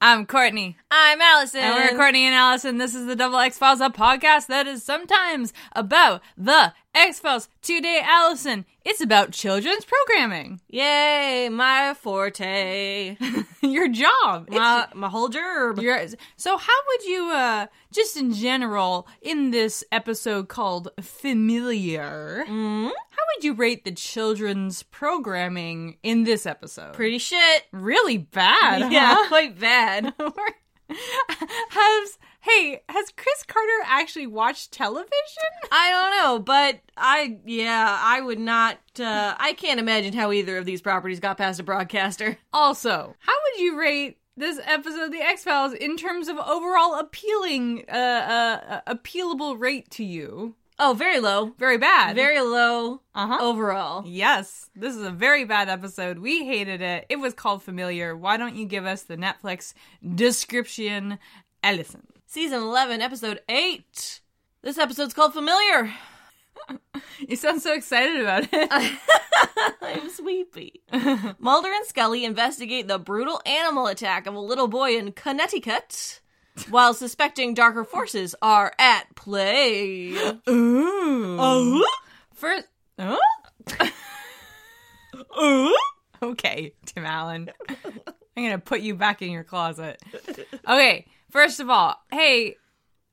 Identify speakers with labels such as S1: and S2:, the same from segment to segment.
S1: I'm Courtney.
S2: I'm Allison.
S1: And we're Courtney and Allison. This is the Double X Files, a podcast that is sometimes about the X Files. Today, Allison, it's about children's programming.
S2: Yay, my forte.
S1: Your job.
S2: my, my whole gerb.
S1: It's your- so, how would you, uh, just in general, in this episode called Familiar,
S2: Mm-hmm.
S1: how would you rate the children's programming in this episode?
S2: Pretty shit.
S1: really bad.
S2: Yeah,
S1: huh?
S2: quite bad.
S1: has hey has Chris Carter actually watched television?
S2: I don't know, but I, yeah, I would not, uh, I can't imagine how either of these properties got past a broadcaster.
S1: Also, how would you rate this episode of the X Files in terms of overall appealing uh, uh, uh, appealable rate to you?
S2: Oh, very low.
S1: Very bad.
S2: Very low
S1: Uh-huh.
S2: overall.
S1: Yes, this is a very bad episode. We hated it. It was called Familiar. Why don't you give us the Netflix description, Ellison?
S2: Season 11, episode 8. This episode's called Familiar.
S1: You sound so excited about it.
S2: I'm sweepy. Mulder and Scully investigate the brutal animal attack of a little boy in Connecticut while suspecting darker forces are at play.
S1: Ooh.
S2: Uh-huh.
S1: First. Huh? Uh-huh. Okay, Tim Allen. I'm going to put you back in your closet. Okay, first of all, hey,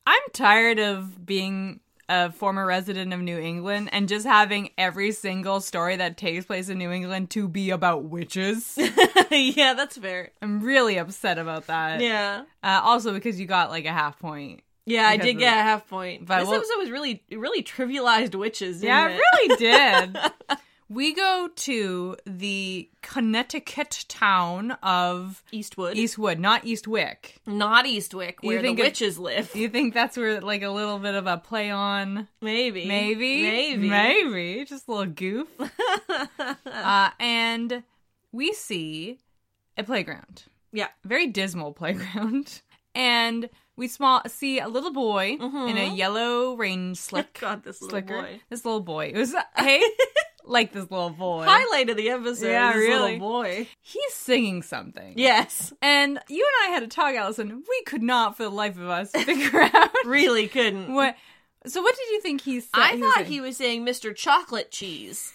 S1: I'm tired of being a former resident of New England and just having every single story that takes place in New England to be about witches.
S2: yeah, that's fair.
S1: I'm really upset about that.
S2: Yeah.
S1: Uh, also, because you got like a half point.
S2: Yeah, I
S1: Because
S2: did
S1: of-
S2: get a half point.
S1: But
S2: this
S1: we'll-
S2: episode was really, it really trivialized witches. didn't
S1: Yeah,
S2: it?
S1: it really did. we go to the Connecticut town of
S2: Eastwood,
S1: Eastwood, not Eastwick.
S2: not Eastwick, where the
S1: think of-
S2: witches live.
S1: Do you think that's where like a little bit of a play on
S2: Maybe,
S1: maybe?
S2: maybe,
S1: Maybe. Just a little goof. uh, and we see a playground.
S2: Yeah.
S1: Very dismal playground. And we small see a little boy in a yellow rain slick.
S2: God, Mm-hmm. this little
S1: slicker.
S2: boy.
S1: This little boy. It was hey, like this little boy.
S2: Highlight of the episode.
S1: Yeah,
S2: is this little
S1: really.
S2: boy.
S1: He's singing something.
S2: Yes,
S1: And you and I had a talk, Allison. We could not, for the life of us, figure out
S2: really couldn't.
S1: what. So, what did you think he said?
S2: I
S1: was
S2: thought
S1: saying?
S2: he was saying Mr. Chocolate Cheese,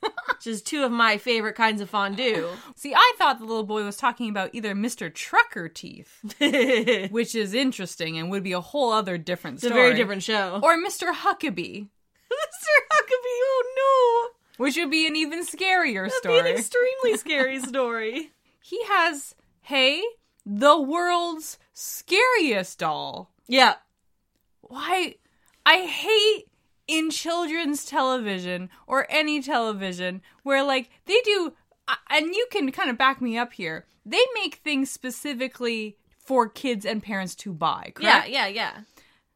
S2: which is two of my favorite kinds of fondue.
S1: See, I thought the little boy was talking about either Mr. Trucker Teeth,
S2: it's
S1: which is interesting and would be a whole other different
S2: a
S1: story.
S2: very different show.
S1: Or Mr. Huckabee,
S2: Mr. Huckabee, oh
S1: which would be an even scarier
S2: no! That'd be
S1: story.
S2: an extremely scary story.
S1: he has, hey, the world's scariest doll.
S2: Yeah,
S1: why I hate in children's television or any television where like they do I- and you can kind of back me up here. They make things specifically for kids and parents to buy, correct?
S2: yeah, yeah, yeah.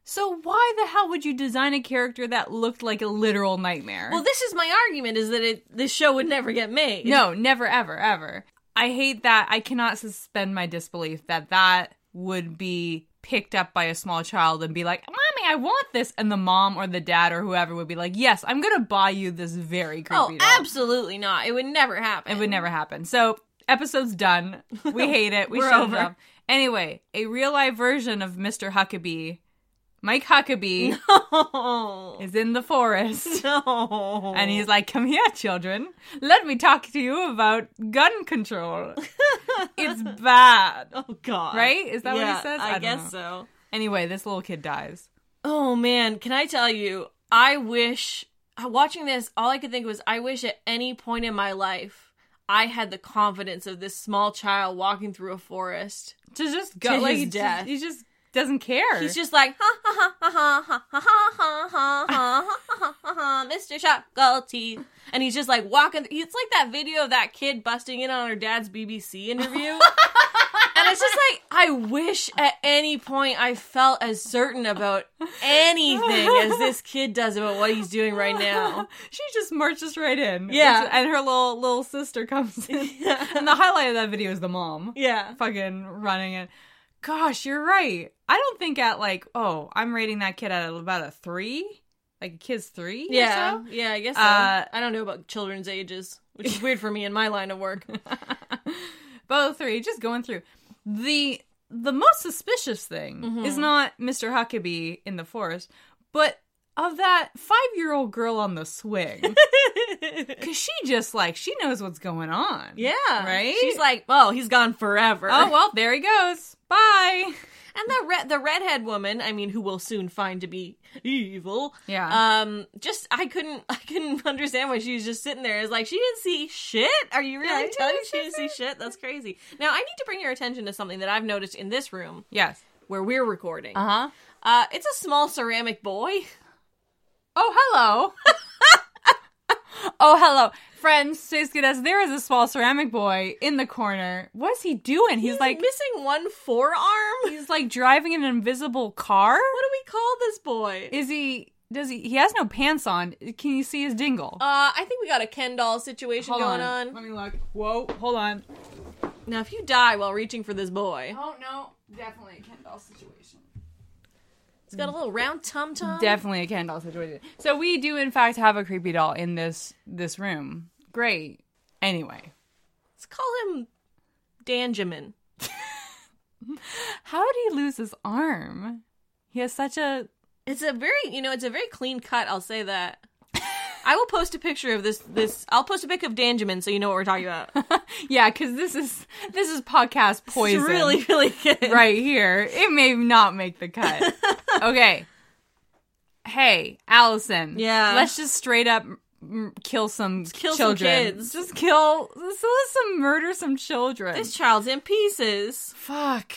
S1: So why the hell would you design a character that looked like a literal nightmare?
S2: Well, this is my argument: is that it this show would never get made.
S1: no, never ever ever. I hate that. I cannot suspend my disbelief that that would be picked up by a small child and be like, "Mommy, I want this," and the mom or the dad or whoever would be like, "Yes, I'm gonna buy you this very creepy."
S2: oh,
S1: doll."
S2: absolutely not. It would never happen.
S1: It would never happen. So episode's done. We hate it. We
S2: We're
S1: shut it
S2: over.
S1: up. Anyway, a real life version of Mr. Huckabee, Mike Huckabee,
S2: No,
S1: is in the forest.
S2: no.
S1: And he's like, Come here, children. Let me talk to you about gun control. it's bad.
S2: oh god,
S1: Right? Is that what he
S2: Yeah,
S1: says? I
S2: I,
S1: don't
S2: guess
S1: know.
S2: so.
S1: Anyway, this little kid dies.
S2: Oh man, can I tell you? I wish uh, watching this, all I could think was, I wish at any point in my life I had the confidence of this small child walking through a forest.
S1: To just go
S2: To
S1: like
S2: his
S1: he just-
S2: death.
S1: he just doesn't care.
S2: He's just like ha ha ha ha ha ha ha ha ha ha ha ha, Mr. Chocolate Teeth, and he's just like walking. Th- it's like that video of that kid busting in on her dad's BBC interview, and it's just like I I wish at any point I felt as certain about anything as this kid does about what he's doing right now.
S1: she just marches right in.
S2: Yeah.
S1: It's- and her little little sister comes in. and the highlight of that video is the mom.
S2: Yeah.
S1: Fucking running it. Gosh, you're right. I don't think at like, oh, I'm rating that kid at about a three. Like a kid's three or
S2: Yeah.
S1: so?
S2: Yeah, I guess so.
S1: Uh,
S2: I don't know about children's ages, which is weird for me in my line of work.
S1: both three just going through the the most suspicious thing
S2: Mm-hmm.
S1: is not mr huckabee in the forest but of that five-year-old girl on the swing because she just like she knows what's going on
S2: Yeah.
S1: Right?
S2: She's like, oh, he's gone forever.
S1: oh well there he goes bye
S2: And the red, the redhead woman, I mean, who will soon find to be evil.
S1: Yeah.
S2: Um. Just I couldn't I couldn't understand why she was just sitting there. It's like she didn't see shit. Are you really
S1: Yeah,
S2: telling me
S1: yeah,
S2: she didn't see shit? That's crazy. Now I need to bring your attention to something that I've noticed in this room
S1: yes
S2: where we're recording.
S1: uh-huh
S2: Uh, it's a small ceramic boy.
S1: oh hello Oh, hello. Friends, stay good as there is a small ceramic boy in the corner. What's he doing? He's, like
S2: missing one forearm. What do
S1: he's like driving an invisible car.
S2: we call this boy?
S1: Is he? Does he? He has no pants on. Can you see his dingle?
S2: uh, I think we got a Ken doll situation
S1: hold
S2: going
S1: on.
S2: on.
S1: Let me look. Whoa. Hold on.
S2: Now, if you die while reaching for this boy,
S1: Oh no! Definitely a Kendall situation.
S2: it's got a little round tum tum.
S1: Definitely a Kendall situation. So we do in fact have a creepy doll in this this room. Great. Anyway,
S2: Let's call him Danjamin.
S1: how did he lose his arm? He has such a.
S2: It's a very, you know, it's a very clean cut. I'll say that. I will post a picture of this. This I'll post a pic of Danjamin so you know what we're talking about.
S1: Yeah, because this is this is podcast poison.
S2: It's really, really good.
S1: right here. It may not make the cut. okay. Hey, Allison.
S2: Yeah.
S1: Let's just straight up m- kill some
S2: kill some
S1: children.
S2: kids.
S1: Just kill. So let's some murder some children.
S2: This child's in pieces.
S1: Fuck.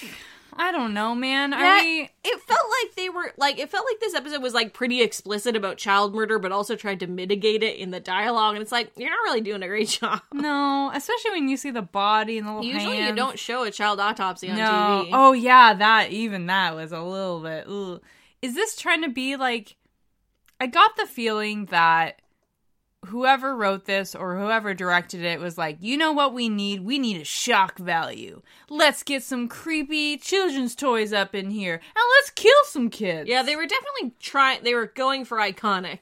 S1: I don't know, man.
S2: That-
S1: Are we?
S2: it felt like they were like it felt like this episode was like pretty explicit about child murder, but also tried to mitigate it in the dialogue. And it's like you're not really doing a great job.
S1: No, especially when you see the body and the little
S2: Usually, you
S1: Oh, hands.
S2: don't show a child autopsy on
S1: No.
S2: TV.
S1: Oh yeah, that even that was a little bit. Ugh. Is this trying to be like? I got the feeling that whoever wrote this or whoever directed it was like, you know what we need? We need a shock value. Let's get some creepy children's toys up in here and let's kill some kids.
S2: Yeah, they were definitely trying. They were going for iconic,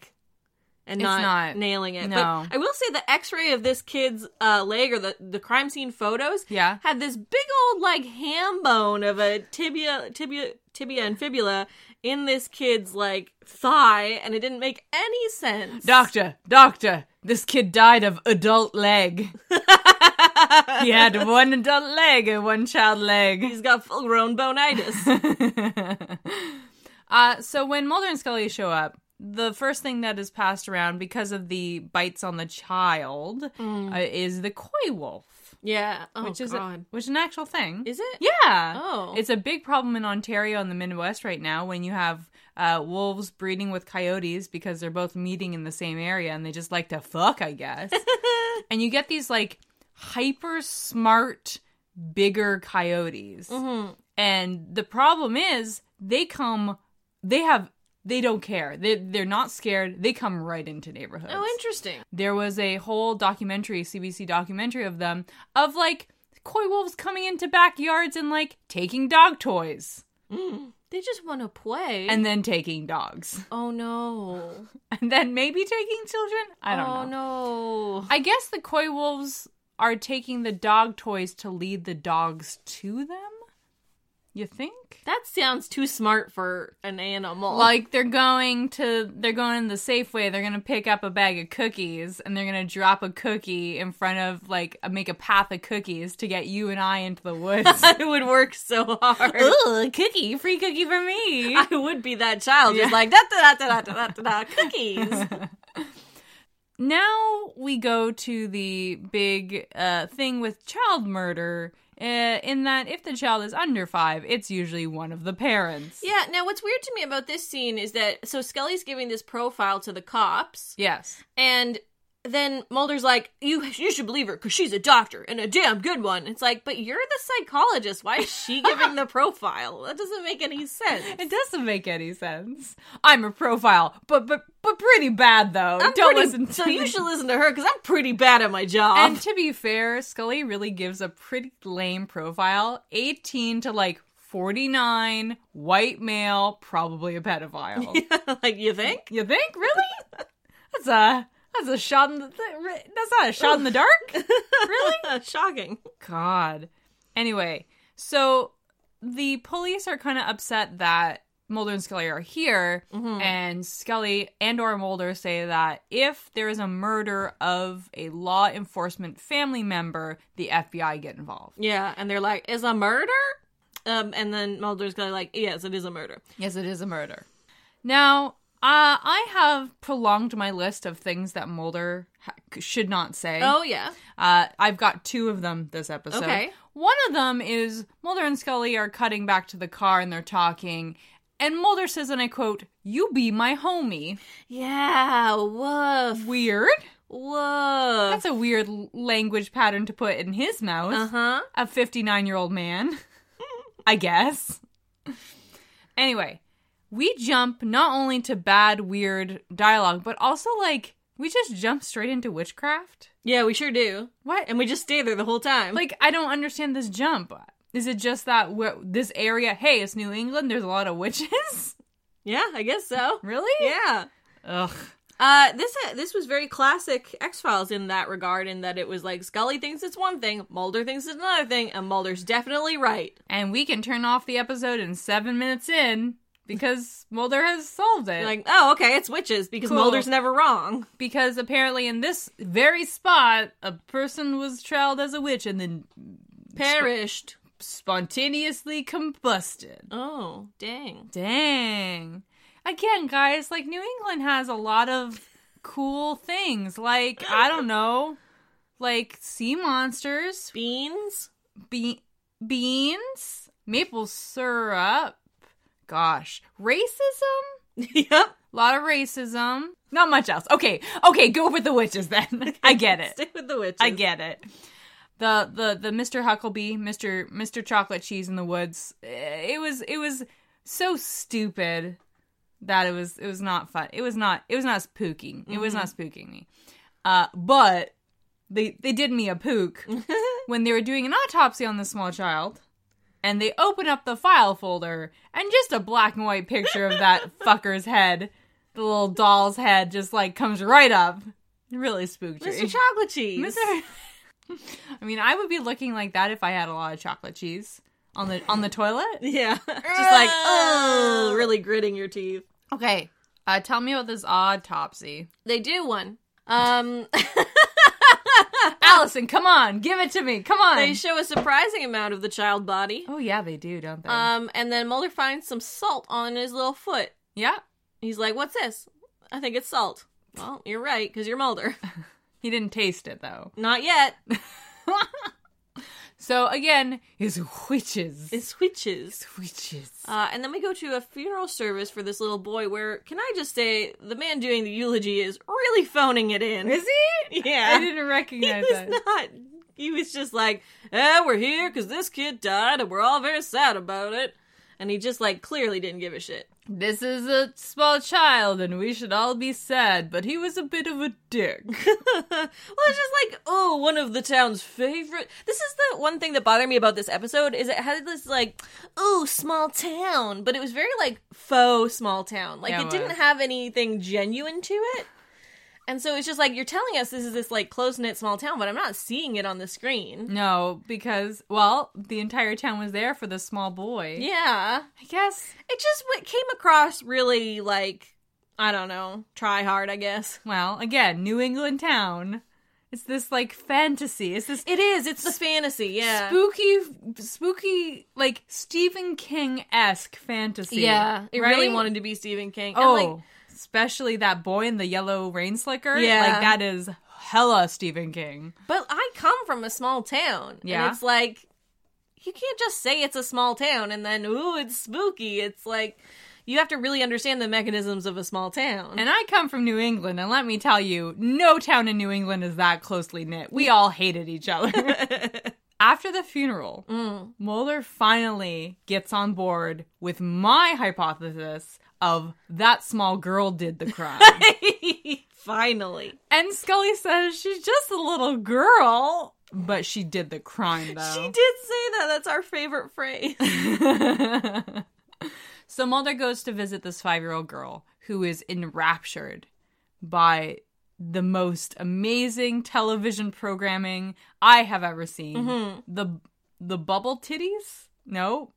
S2: and
S1: It's
S2: not,
S1: not.
S2: nailing it.
S1: No.
S2: But I will say the X-ray of this kid's uh, leg or the the crime scene photos.
S1: Yeah.
S2: had this big old like ham bone of a tibia tibia tibia and fibula in this kid's like thigh, and it didn't make any sense.
S1: Doctor, doctor, this kid died of adult leg. he had one adult leg and one child leg.
S2: He's got full grown bonitis.
S1: Uh, so when Mulder and Scully show up, the first thing that is passed around because of the bites on the child uh, is the koi wolf,
S2: yeah. Oh
S1: which is
S2: God.
S1: a, which is an actual thing.
S2: is it?
S1: yeah.
S2: Oh.
S1: it's a big problem in Ontario and the Midwest right now when you have uh, wolves breeding with coyotes because they're both meeting in the same area and they just like to fuck, I guess. and you get these like hyper smart, bigger coyotes.
S2: Mm-hmm.
S1: And the problem is they come they have they don't care. They they're not scared. They come right into neighborhoods.
S2: Oh, interesting.
S1: there was a whole documentary, CBC documentary of them of like coy wolves coming into backyards and like taking dog toys
S2: They just want to play.
S1: and then taking dogs
S2: oh no.
S1: and then maybe taking children. I don't
S2: oh
S1: know.
S2: no.
S1: I guess the coy wolves are taking the dog toys to lead the dogs to them. You think?
S2: That sounds too smart for an animal.
S1: Like they're going to they're going in the safe way. They're gonna pick up a bag of cookies and they're gonna drop a cookie in front of like make a path of cookies to get you and I into the woods.
S2: I would work so hard.
S1: Ooh, cookie, free cookie for me.
S2: I would be that child, just like da da da da da da da da cookies.
S1: now we go to the big uh, thing with child murder. Uh, in that, if the child is under five, it's usually one of the parents.
S2: yeah. Now, what's weird to me about this scene is that so Scully's giving this profile to the cops,
S1: Yes.
S2: and then Mulder's like, "You you should believe her because she's a doctor and a damn good one." It's like, but you're the psychologist. Why is she giving the profile? That doesn't make any sense.
S1: It doesn't make any sense. I'm a profile, but but but pretty bad though.
S2: I'm
S1: Don't
S2: pretty-
S1: listen to
S2: so
S1: me.
S2: you should listen to her because I'm pretty bad at my job.
S1: And to be fair, Scully really gives a pretty lame profile. 18 to like 49, white male, probably a pedophile.
S2: like you think?
S1: You think? Really? That's a that's a shot in the th- that's not a shot in the dark.
S2: Really? Shocking.
S1: God. Anyway, so the police are kind of upset that Mulder and Scully are here,
S2: Mm-hmm.
S1: and Scully and or Mulder say that if there is a murder of a law enforcement family member, the FBI get involved.
S2: Yeah, and they're like, "Is a murder?" Um, and then Mulder's gonna like, "Yes, it is a murder."
S1: Yes, it is a murder. Now, uh, I have prolonged my list of things that Mulder ha- should not say.
S2: Oh yeah,
S1: Uh, I've got two of them this episode.
S2: Okay.
S1: One of them is Mulder and Scully are cutting back to the car and they're talking. And Mulder says, and I quote, You be my homie.
S2: yeah. Woof,
S1: Weird.
S2: woof.
S1: That's a weird l- language pattern to put in his mouth.
S2: Uh huh.
S1: A 59 year old man, I guess. Anyway, we jump not only to bad, weird dialogue, but also like we just jump straight into witchcraft.
S2: Yeah, we sure do.
S1: What?
S2: And we just stay there the whole time.
S1: like I don't understand this jump. Is it just that wh- this area? Hey, it's New England. There's a lot of witches.
S2: yeah, I guess so.
S1: really?
S2: Yeah.
S1: Ugh.
S2: Uh, this uh, this was very classic X Files in that regard, in that it was like Scully thinks it's one thing, Mulder thinks it's another thing, and Mulder's definitely right.
S1: And we can turn off the episode in seven minutes in because Mulder has solved it.
S2: Like, oh, okay, it's witches because
S1: Cool.
S2: Mulder's never wrong.
S1: because apparently in this very spot, a person was trialed as a witch and then
S2: Perished.
S1: spontaneously combusted.
S2: Oh, dang.
S1: Dang. Again, guys, like New England has a lot of cool things. Like, I don't know, like sea monsters,
S2: Beans.
S1: be- beans, maple syrup. Gosh, racism?
S2: yep.
S1: A lot of racism. Not much else. Okay, okay, go with the witches then. I get it.
S2: Stick with the witches.
S1: I get it. The the the Mr. Huckleby, Mr. Mr. Chocolate Cheese in the Woods. eh, It was it was so stupid that it was it was not fun. It was not it was not spooking. It was not spooking me. Uh, but they they did me a pook when they were doing an autopsy on the small child. And they open up the file folder and just a black and white picture of that fucker's head, the little doll's head, just like comes right up. It really spooked me.
S2: Mr. Chocolate Cheese.
S1: Mr. I mean, I would be looking like that if I had a lot of chocolate cheese on the on the toilet.
S2: Yeah. Just like, oh, really gritting your teeth.
S1: Okay, uh, tell me about this autopsy,
S2: They do one. Um,
S1: Allison. Come on, give it to me. Come on.
S2: they show a surprising amount of the child body.
S1: oh yeah, they do, don't they?
S2: Um, and then Mulder finds some salt on his little foot.
S1: yeah,
S2: He's like, "What's this?" I think it's salt. Well, you're right because you're Mulder.
S1: he didn't taste it though.
S2: Not yet.
S1: So again, it's witches.
S2: It's witches.
S1: witches.
S2: Uh, and then we go to a funeral service for this little boy. Where can I just say the man doing the eulogy is really phoning it in?
S1: Is he? I
S2: Yeah,
S1: didn't
S2: he
S1: recognize that.
S2: was not. He was just like, "Eh, we're here because this kid died, and we're all very sad about it." And he just like clearly didn't give a shit.
S1: This is a small child, and we should all be sad. But he was a bit of a dick.
S2: well, it's just like, oh, one of the town's favorite. This is the one thing that bothered me about this episode is it had this like, oh, small town, but it was very like faux small town. Like
S1: Yeah,
S2: it,
S1: it
S2: didn't
S1: was.
S2: have anything genuine to it. And so it's just like you're telling us this is this like close knit small town, but I'm not seeing it on the screen.
S1: No, because well, the entire town was there for the small boy.
S2: Yeah,
S1: I guess.
S2: it just w- came across really like I don't know, try hard, I guess.
S1: Well, again, New England town. It's this like fantasy. It's this
S2: It is. It's the fantasy. Yeah.
S1: spooky, spooky, like Stephen King esque fantasy.
S2: Yeah, it really
S1: right?
S2: wanted to be Stephen King.
S1: Oh,
S2: and like,
S1: especially that boy in the yellow rain slicker.
S2: Yeah.
S1: like that is hella Stephen King.
S2: But I come from a small town.
S1: Yeah.
S2: And it's like, you can't just say it's a small town and then, ooh, it's spooky. It's like, you have to really understand the mechanisms of a small town.
S1: And I come from New England, and let me tell you, no town in New England is that closely knit. We all hated each other. After the funeral, Mueller finally gets on board with my hypothesis of that small girl did the crime.
S2: Finally.
S1: and Scully says she's just a little girl, but she did the crime, though.
S2: She did say that. That's our favorite phrase.
S1: So Mulder goes to visit this five year old girl who is enraptured by the most amazing television programming I have ever seen. The the bubble titties? No.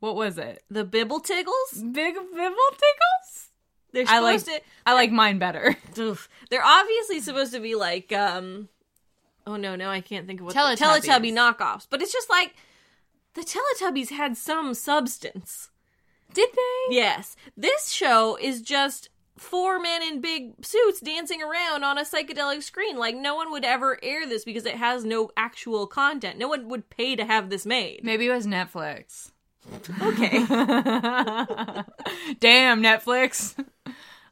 S1: What was it?
S2: the bibble tiggles?
S1: Big bibble tickles?
S2: They're supposed
S1: I like
S2: to
S1: I like mine better.
S2: Oof. They're obviously supposed to be like, um, oh no, no, I can't think of what the-
S1: Teletubbies.
S2: Teletubby knockoffs. But it's just like the Teletubbies had some substance.
S1: Did they?
S2: Yes, this show is just four men in big suits dancing around on a psychedelic screen. Like no one would ever air this because it has no actual content. No one would pay to have this made.
S1: Maybe it was Netflix. Okay. Damn Netflix.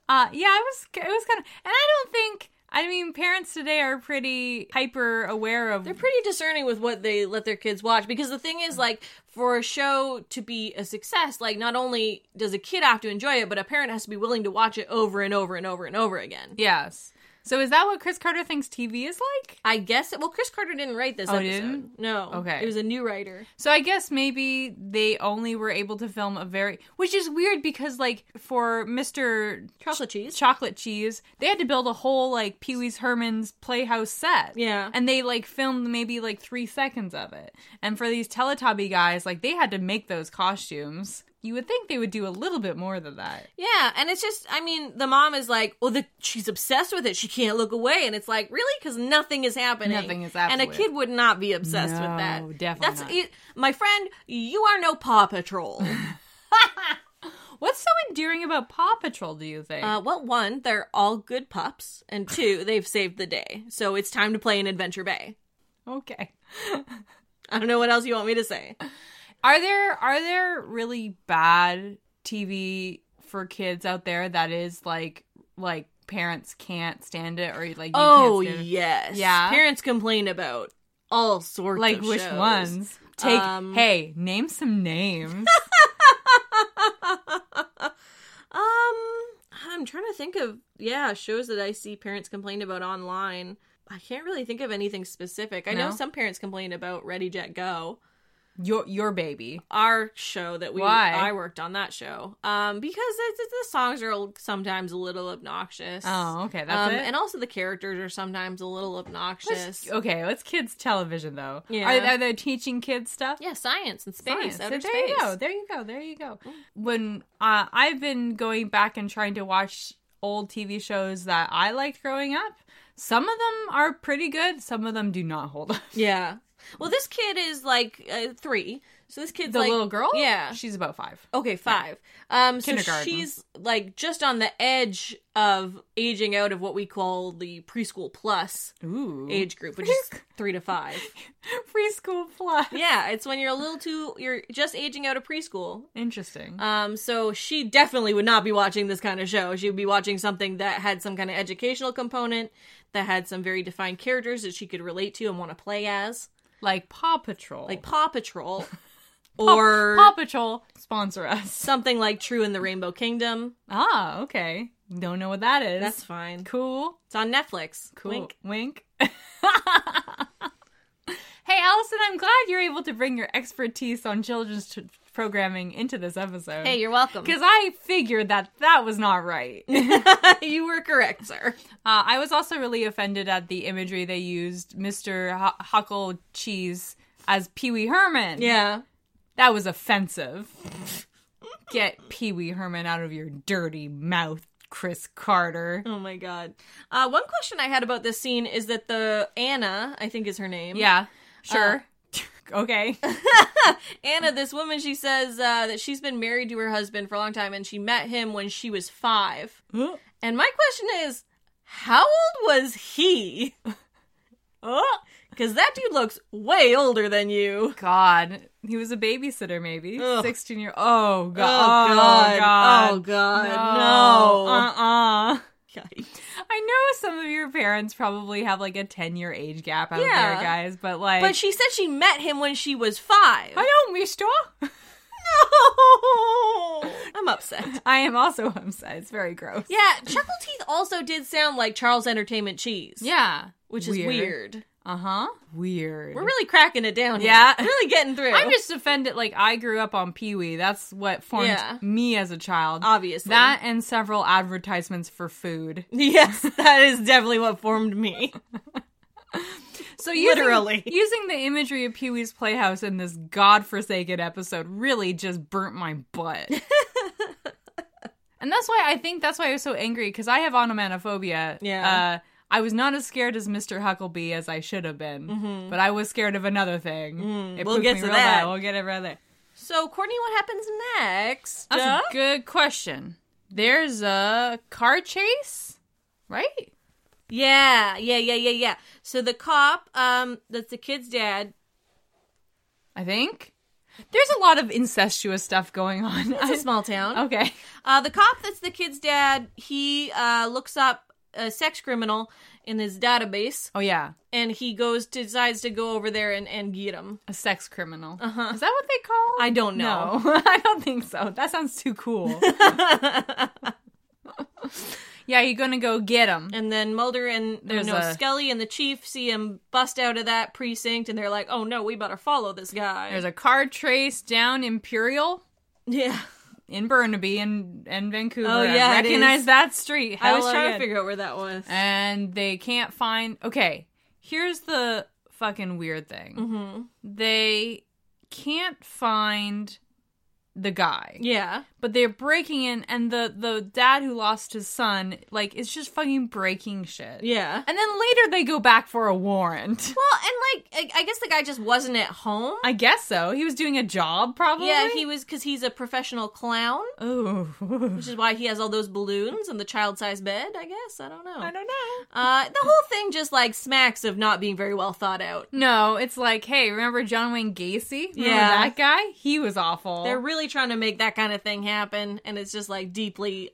S1: Uh yeah, it was it was kind of and I don't think I mean parents today are pretty hyper aware of
S2: They're pretty discerning with what they let their kids watch because the thing is, like, for a show to be a success, like, not only does a kid have to enjoy it, but a parent has to be willing to watch it over and over and over and over again.
S1: Yes. So is that what Chris Carter thinks TV is like?
S2: I guess it. Well, Chris Carter didn't write this
S1: Oh, he
S2: episode.
S1: didn't?
S2: No.
S1: Okay.
S2: It was a new writer.
S1: So I guess maybe they only were able to film a very which is weird because like for Mr.
S2: Chocolate cheese.
S1: Chocolate Cheese, they had to build a whole like Pee Wee's Herman's Playhouse set.
S2: Yeah.
S1: And they like filmed maybe like 3 seconds of it. And for these Teletubby guys, like they had to make those costumes. You would think they would do a little bit more than that.
S2: Yeah, and it's just, I mean, the mom is like, well, the, she's obsessed with it. She can't look away. And it's like, really? Because nothing is happening.
S1: Nothing is
S2: And a
S1: absolute.
S2: kid would not be obsessed
S1: No,
S2: with that.
S1: definitely
S2: That's,
S1: not.
S2: It, my friend, you are no Paw Patrol.
S1: What's so endearing about Paw Patrol, do you think?
S2: uh, well, one, they're all good pups. And two, they've saved the day. So it's time to play in Adventure Bay.
S1: okay.
S2: I don't know what else you want me to say.
S1: Are there are there really bad TV for kids out there that is like like parents can't stand it or like you
S2: oh,
S1: can't stand it?
S2: yes.
S1: Yeah.
S2: Parents complain about all sorts
S1: like
S2: of
S1: which
S2: shows.
S1: ones? Take
S2: Um,
S1: hey, name some names.
S2: Um, I'm trying to think of yeah shows that I see parents complain about online. I can't really think of anything specific. I know
S1: No?
S2: some parents complain about Ready Jet Go,
S1: your your baby.
S2: our show that we
S1: Why?
S2: I worked on that show. Um, because it's, it's, the songs are sometimes a little obnoxious.
S1: Oh, okay, that's
S2: um,
S1: it.
S2: and also the characters are sometimes a little obnoxious.
S1: Let's- okay, what's kids television though?
S2: Yeah.
S1: Are, are they teaching kids stuff?
S2: yeah, science and space,
S1: Science.
S2: outer
S1: there
S2: space.
S1: you go. There you go. There you go. When uh, I've been going back and trying to watch old TV shows that I liked growing up, some of them are pretty good. Some of them do not hold up.
S2: Yeah. Well, this kid is like uh, three, so this kid's
S1: The
S2: like-
S1: little girl,
S2: Yeah,
S1: she's about five.
S2: Okay, five. Um, so
S1: Kindergarten.
S2: she's like just on the edge of aging out of what we call the preschool plus
S1: Ooh,
S2: age group, which is three to five.
S1: preschool plus.
S2: yeah, it's when you're a little too, you're just aging out of preschool.
S1: Interesting.
S2: Um, so she definitely would not be watching this kind of show. She would be watching something that had some kind of educational component, that had some very defined characters that she could relate to and want to play as,
S1: like Paw Patrol,
S2: like Paw Patrol, or
S1: Paw Patrol sponsor us.
S2: something like True in the Rainbow Kingdom.
S1: Ah, okay. Don't know what that is.
S2: That's fine.
S1: cool.
S2: It's on Netflix.
S1: Cool.
S2: Wink.
S1: Wink. hey, Allison, I'm glad you're able to bring your expertise on children's t- programming into this episode.
S2: Hey, you're welcome.
S1: Because I figured that that was not right. uh,
S2: you were correct, sir.
S1: I was also really offended at the imagery they used Mr. Ho- Huckle Cheese as Pee Wee Herman.
S2: Yeah.
S1: That was offensive. Get Pee Wee Herman out of your dirty mouth, Chris Carter.
S2: Oh my god. Uh, one question I had about this scene is that the Anna, I think is her name. uh,
S1: Yeah, sure. okay.
S2: Anna, this woman, she says uh, that she's been married to her husband for a long time, and she met him when she was five. And my question is, how old was he?
S1: Oh.
S2: Because that dude looks way older than you.
S1: God, he was a babysitter, maybe
S2: Ugh.
S1: sixteen year. Oh God!
S2: Oh, God. Oh, God. No.
S1: Uh uh
S2: Yikes.
S1: I know some of your parents probably have like a ten year age gap out
S2: Yeah.
S1: there, guys. But like,
S2: But she said she met him when she was five.
S1: I don't, Mister.
S2: know. I'm upset.
S1: I am also upset. It's very gross.
S2: Yeah, Chuckle Teeth also did sound like Charles Entertainment Cheese.
S1: Yeah.
S2: Which is weird.
S1: Uh huh. Weird.
S2: We're really cracking it down here.
S1: Yeah.
S2: Really getting through.
S1: I'm just offended. Like I grew up on Pee Wee. That's what formed
S2: Yeah.
S1: me as a child.
S2: obviously.
S1: That and several advertisements for food.
S2: Yes, that is definitely what formed me.
S1: So using,
S2: Literally.
S1: using the imagery of Pee Wee's Playhouse in this godforsaken episode really just burnt my butt. and that's why I think that's why I was so angry because I have onomatophobia.
S2: Yeah.
S1: Uh, I was not as scared as Mr. Huckleby as I should have been, but I was scared of another thing. It
S2: Mm-hmm. Mm, we'll
S1: pooped
S2: get
S1: me
S2: to
S1: real
S2: that.
S1: bad. We'll get it right there.
S2: So, Courtney, what happens next?
S1: That's
S2: Huh?
S1: a good question. There's a car chase, right?
S2: yeah, yeah, yeah, yeah, yeah. So the cop, um, that's the kid's dad.
S1: I think. There's a lot of incestuous stuff going on.
S2: It's a small town.
S1: okay.
S2: Uh, the cop that's the kid's dad, he uh, looks up a sex criminal in his database,
S1: Oh yeah,
S2: and he goes decides to go over there and, and get him.
S1: a sex criminal. Uh-huh. Is that what they call?
S2: I don't know.
S1: No, I don't think so. That sounds too cool. yeah, you're gonna go get him.
S2: And then Mulder and no,
S1: There's
S2: no,
S1: a-
S2: Scully and the chief see him bust out of that precinct, and they're like, "Oh no, we better follow this guy."
S1: There's a car trace down Imperial
S2: yeah,
S1: in Burnaby and and Vancouver.
S2: Oh,
S1: I
S2: yeah, it
S1: recognize
S2: is.
S1: that street.
S2: I was
S1: Hella
S2: trying to
S1: good.
S2: figure out where that was.
S1: Uh, and they can't find okay here's the fucking weird thing
S2: Mm-hmm.
S1: they can't find the guy
S2: yeah,
S1: but they're breaking in and the the dad who lost his son like it's just fucking breaking shit
S2: yeah.
S1: and then later they go back for a warrant
S2: Well, and like, I I guess the guy just wasn't at home.
S1: i guess so he was doing a job probably
S2: Yeah, he was because he's a professional clown,
S1: oh
S2: which is why he has all those balloons and the child-sized bed. I guess I don't know.
S1: i don't know
S2: Uh, the whole thing just like smacks of not being very well thought out.
S1: no, it's like, hey, remember John Wayne Gacy? Remember
S2: Yeah.
S1: that guy? He was awful.
S2: They're really trying to make that kind of thing happen, and it's just like deeply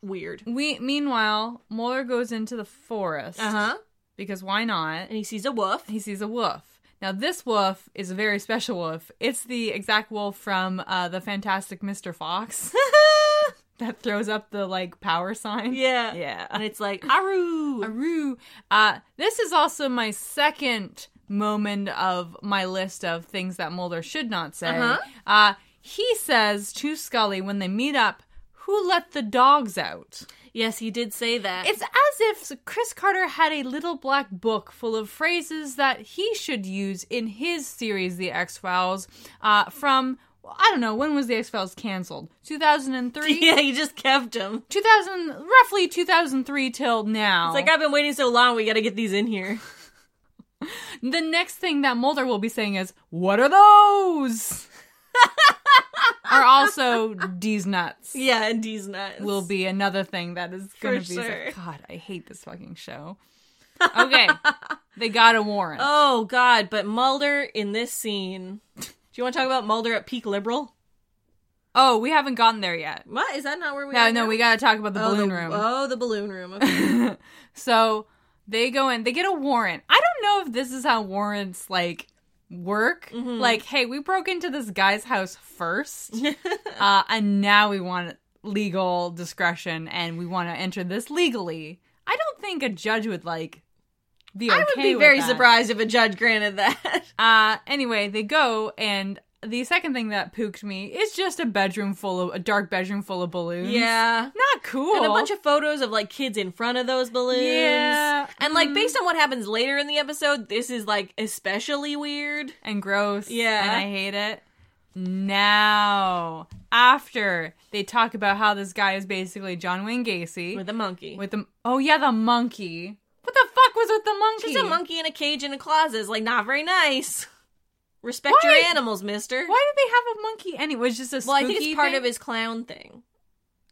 S2: weird.
S1: We meanwhile, Mulder goes into the forest
S2: Uh huh.
S1: because why not?
S2: And he sees a wolf.
S1: He sees a wolf. Now this wolf is a very special wolf. It's the exact wolf from uh, the Fantastic Mr. Fox that throws up the like power sign.
S2: yeah. And
S1: yeah. Um,
S2: it's like Aru.
S1: Aroo. Uh, this is also my second moment of my list of things that Mulder should not say.
S2: Uh-huh.
S1: Uh, he says to Scully when they meet up, "Who let the dogs out?"
S2: Yes, he did say that.
S1: It's as if Chris Carter had a little black book full of phrases that he should use in his series, The X Files, uh, from, I don't know, when was The X Files canceled? 2003?
S2: yeah, he just kept him.
S1: 2000, roughly 2003 till now.
S2: It's like I've been waiting so long. We got to get these in here.
S1: the next thing that Mulder will be saying is, What are those? are also D's nuts.
S2: Yeah, and D's nuts.
S1: will be another thing that is going to be.
S2: sure.
S1: God, I hate this fucking show. Okay, they got a warrant.
S2: Oh God! But Mulder in this scene. Do you want to talk about Mulder at peak liberal?
S1: Oh, we haven't gotten there yet.
S2: What is that? Not where we?
S1: No,
S2: are
S1: no,
S2: now?
S1: we got to talk about the
S2: oh,
S1: balloon
S2: the,
S1: room.
S2: Oh, the balloon room. Okay.
S1: So they go in, they get a warrant. I don't know if this is how warrants like work.
S2: Mm-hmm.
S1: Like, hey, we broke into this guy's house first, uh, and now we want legal discretion, and we want to enter this legally. I don't think a judge would like. Be
S2: I would
S1: okay
S2: be
S1: with
S2: very
S1: that.
S2: surprised if a judge granted that.
S1: Uh, anyway, they go, and the second thing that pooked me is just a bedroom full of a dark bedroom full of balloons.
S2: yeah.
S1: not cool.
S2: And a bunch of photos of like kids in front of those balloons.
S1: Yeah.
S2: And like based on what happens later in the episode, this is like especially weird.
S1: and gross.
S2: Yeah.
S1: And I hate it. Now, after they talk about how this guy is basically John Wayne Gacy
S2: With a monkey.
S1: with the oh yeah the monkey. What the fuck was with the monkey?
S2: Just a monkey in a cage in a closet is like not very nice. Respect
S1: Why?
S2: your animals, mister.
S1: Why did they have a monkey anyway? It's just a
S2: Well, I think
S1: spooky
S2: it's part
S1: thing?
S2: of his clown thing.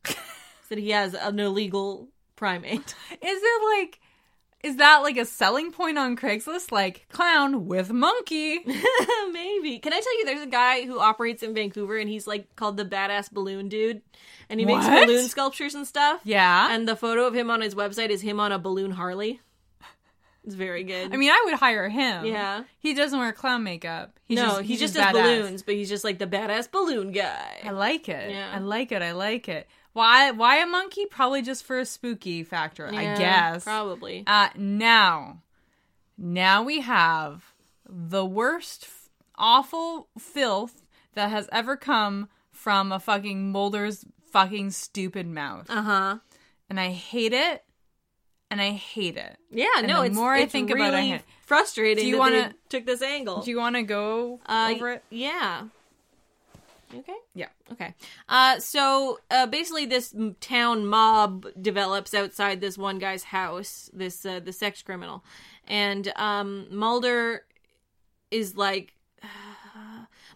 S2: It's that he has an illegal primate.
S1: Is it like Is that like a selling point on Craigslist? Like clown with monkey.
S2: Maybe. Can I tell you there's a guy who operates in Vancouver and he's like called the badass balloon dude and he
S1: What?
S2: makes balloon sculptures and stuff.
S1: Yeah.
S2: And the photo of him on his website is him on a balloon Harley. It's very good.
S1: I mean, I would hire him.
S2: Yeah.
S1: He doesn't wear clown makeup. He's
S2: no,
S1: just,
S2: he
S1: he's
S2: just
S1: just
S2: does
S1: badass.
S2: balloons, but he's just like the badass balloon
S1: I
S2: guy.
S1: like it.
S2: Yeah.
S1: I like it. I like it. Why why a monkey? Probably just for a spooky factor, I
S2: Yeah,
S1: guess.
S2: Probably.
S1: Uh now. Now we have the worst f- awful filth that has ever come from a fucking Mulder's fucking stupid mouth.
S2: Uh huh.
S1: And I hate it. And I hate it.
S2: Yeah,
S1: And
S2: no,
S1: the
S2: it's,
S1: more I
S2: it's
S1: think
S2: really
S1: about it, I hate-
S2: frustrating
S1: Do you
S2: that
S1: wanna-
S2: they took this angle.
S1: Do you want to go
S2: uh,
S1: over it?
S2: Yeah. You okay?
S1: Yeah.
S2: Okay. Uh, so uh, basically, this m- town mob develops outside this one guy's house, this uh, the sex criminal, and um, Mulder is like.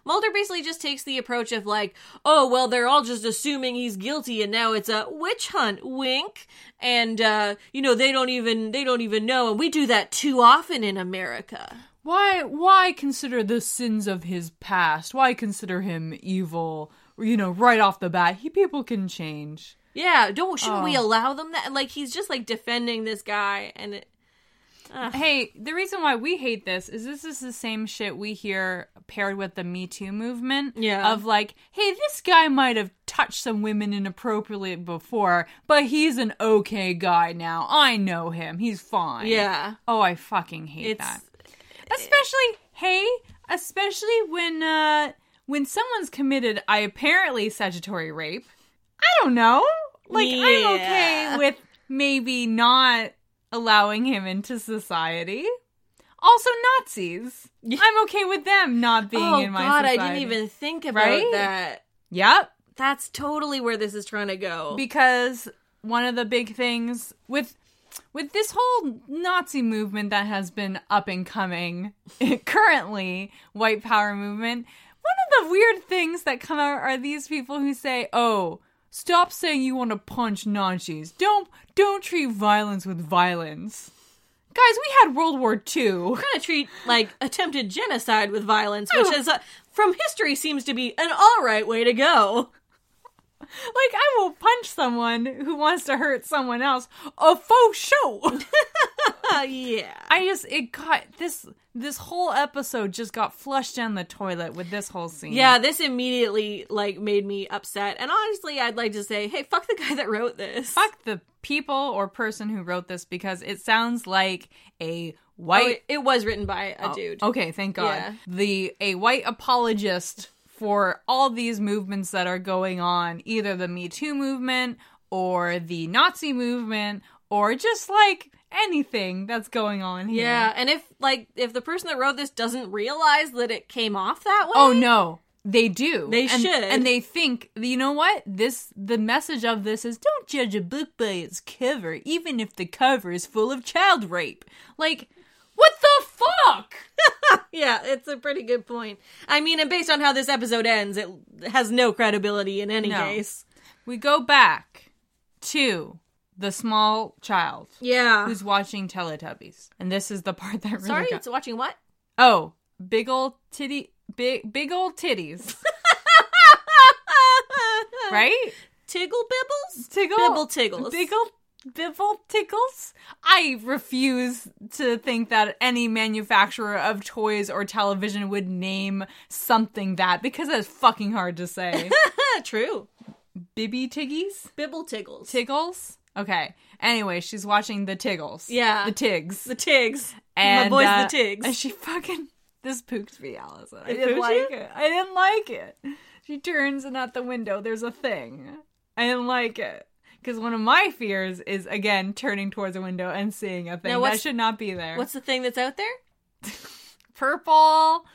S2: Mulder basically just takes the approach of like, oh well, they're all just assuming he's guilty, and now it's a witch hunt, wink, and uh, you know they don't even they don't even know, and we do that too often in America.
S1: why why consider the sins of his past why consider him evil you know right off the bat he people can change
S2: Yeah, don't shouldn't we
S1: Oh.
S2: allow them that? And, Like he's just like defending this guy, and it,
S1: hey the reason why we hate this is this is the same shit we hear paired with the me too movement
S2: Yeah.
S1: of like hey this guy might have touched some women inappropriately before but he's an okay guy now i know him he's fine
S2: yeah,
S1: oh i fucking hate
S2: it's
S1: that especially hey especially when uh when someone's committed i apparently statutory rape i don't know like i'm okay
S2: Yeah.
S1: with maybe not allowing him into society also nazis i'm okay with them not being
S2: oh
S1: in my
S2: god, I didn't
S1: society.
S2: even think about
S1: Right?
S2: that.
S1: yep
S2: That's totally where this is trying to go.
S1: because one of the big things with with this whole Nazi movement that has been up and coming currently, white power movement, one of the weird things that come out are these people who say, "Oh, stop saying you want to punch Nazis. Don't don't treat violence with violence." Guys, we had World War II.
S2: kind of treat like attempted genocide with violence, which is uh, from history seems to be an all right way to go.
S1: Like, I will punch someone who wants to hurt someone else. A faux show.
S2: Uh, yeah,
S1: I just it got this this whole episode just got flushed down the toilet with this whole scene.
S2: yeah. This immediately like made me upset, and honestly, I'd like to say, hey, fuck the guy that wrote this.
S1: Fuck the people or person who wrote this because it sounds like a
S2: Oh,
S1: white
S2: it, it was written by
S1: Oh,
S2: a dude.
S1: Okay, thank God.
S2: Yeah.
S1: The a white apologist for all these movements that are going on, either the Me Too movement or the Nazi movement or just like anything that's going on here.
S2: Yeah, and if like if the person that wrote this doesn't realize that it came off that way,
S1: Oh no, they do.
S2: They
S1: and,
S2: should.
S1: and they think you know what this. The message of this is don't judge a book by its cover, even if the cover is full of child rape. Like, what the fuck?
S2: yeah, it's a pretty good point. I mean, and based on how this episode ends, it has no credibility in any
S1: No.
S2: case.
S1: we go back to the small child
S2: Yeah,
S1: who's watching Teletubbies, and this is the part that really
S2: sorry,
S1: got-
S2: it's watching what?
S1: oh big old titty big big old titties, right?
S2: Tiggle bibbles,
S1: Tickle
S2: bibble tiggles.
S1: Biggle bibble tickles? I refuse to think that any manufacturer of toys or television would name something that because that's fucking hard to say.
S2: Ah, true.
S1: Bibby Tiggies?
S2: Bibble tiggles.
S1: Tiggles? Okay. Anyway, she's watching the Tiggles.
S2: Yeah.
S1: The Tigs.
S2: the tigs.
S1: And,
S2: My boy's
S1: uh,
S2: the tigs.
S1: And she fucking this pooked me, Allison. I
S2: pooped
S1: didn't like
S2: you?
S1: it. I didn't like it. She turns and at the window there's a thing. I didn't like it. Because one of my fears is again turning towards a window and seeing a thing
S2: Now,
S1: that
S2: what's-
S1: should not be there.
S2: What's the thing that's out there?
S1: purple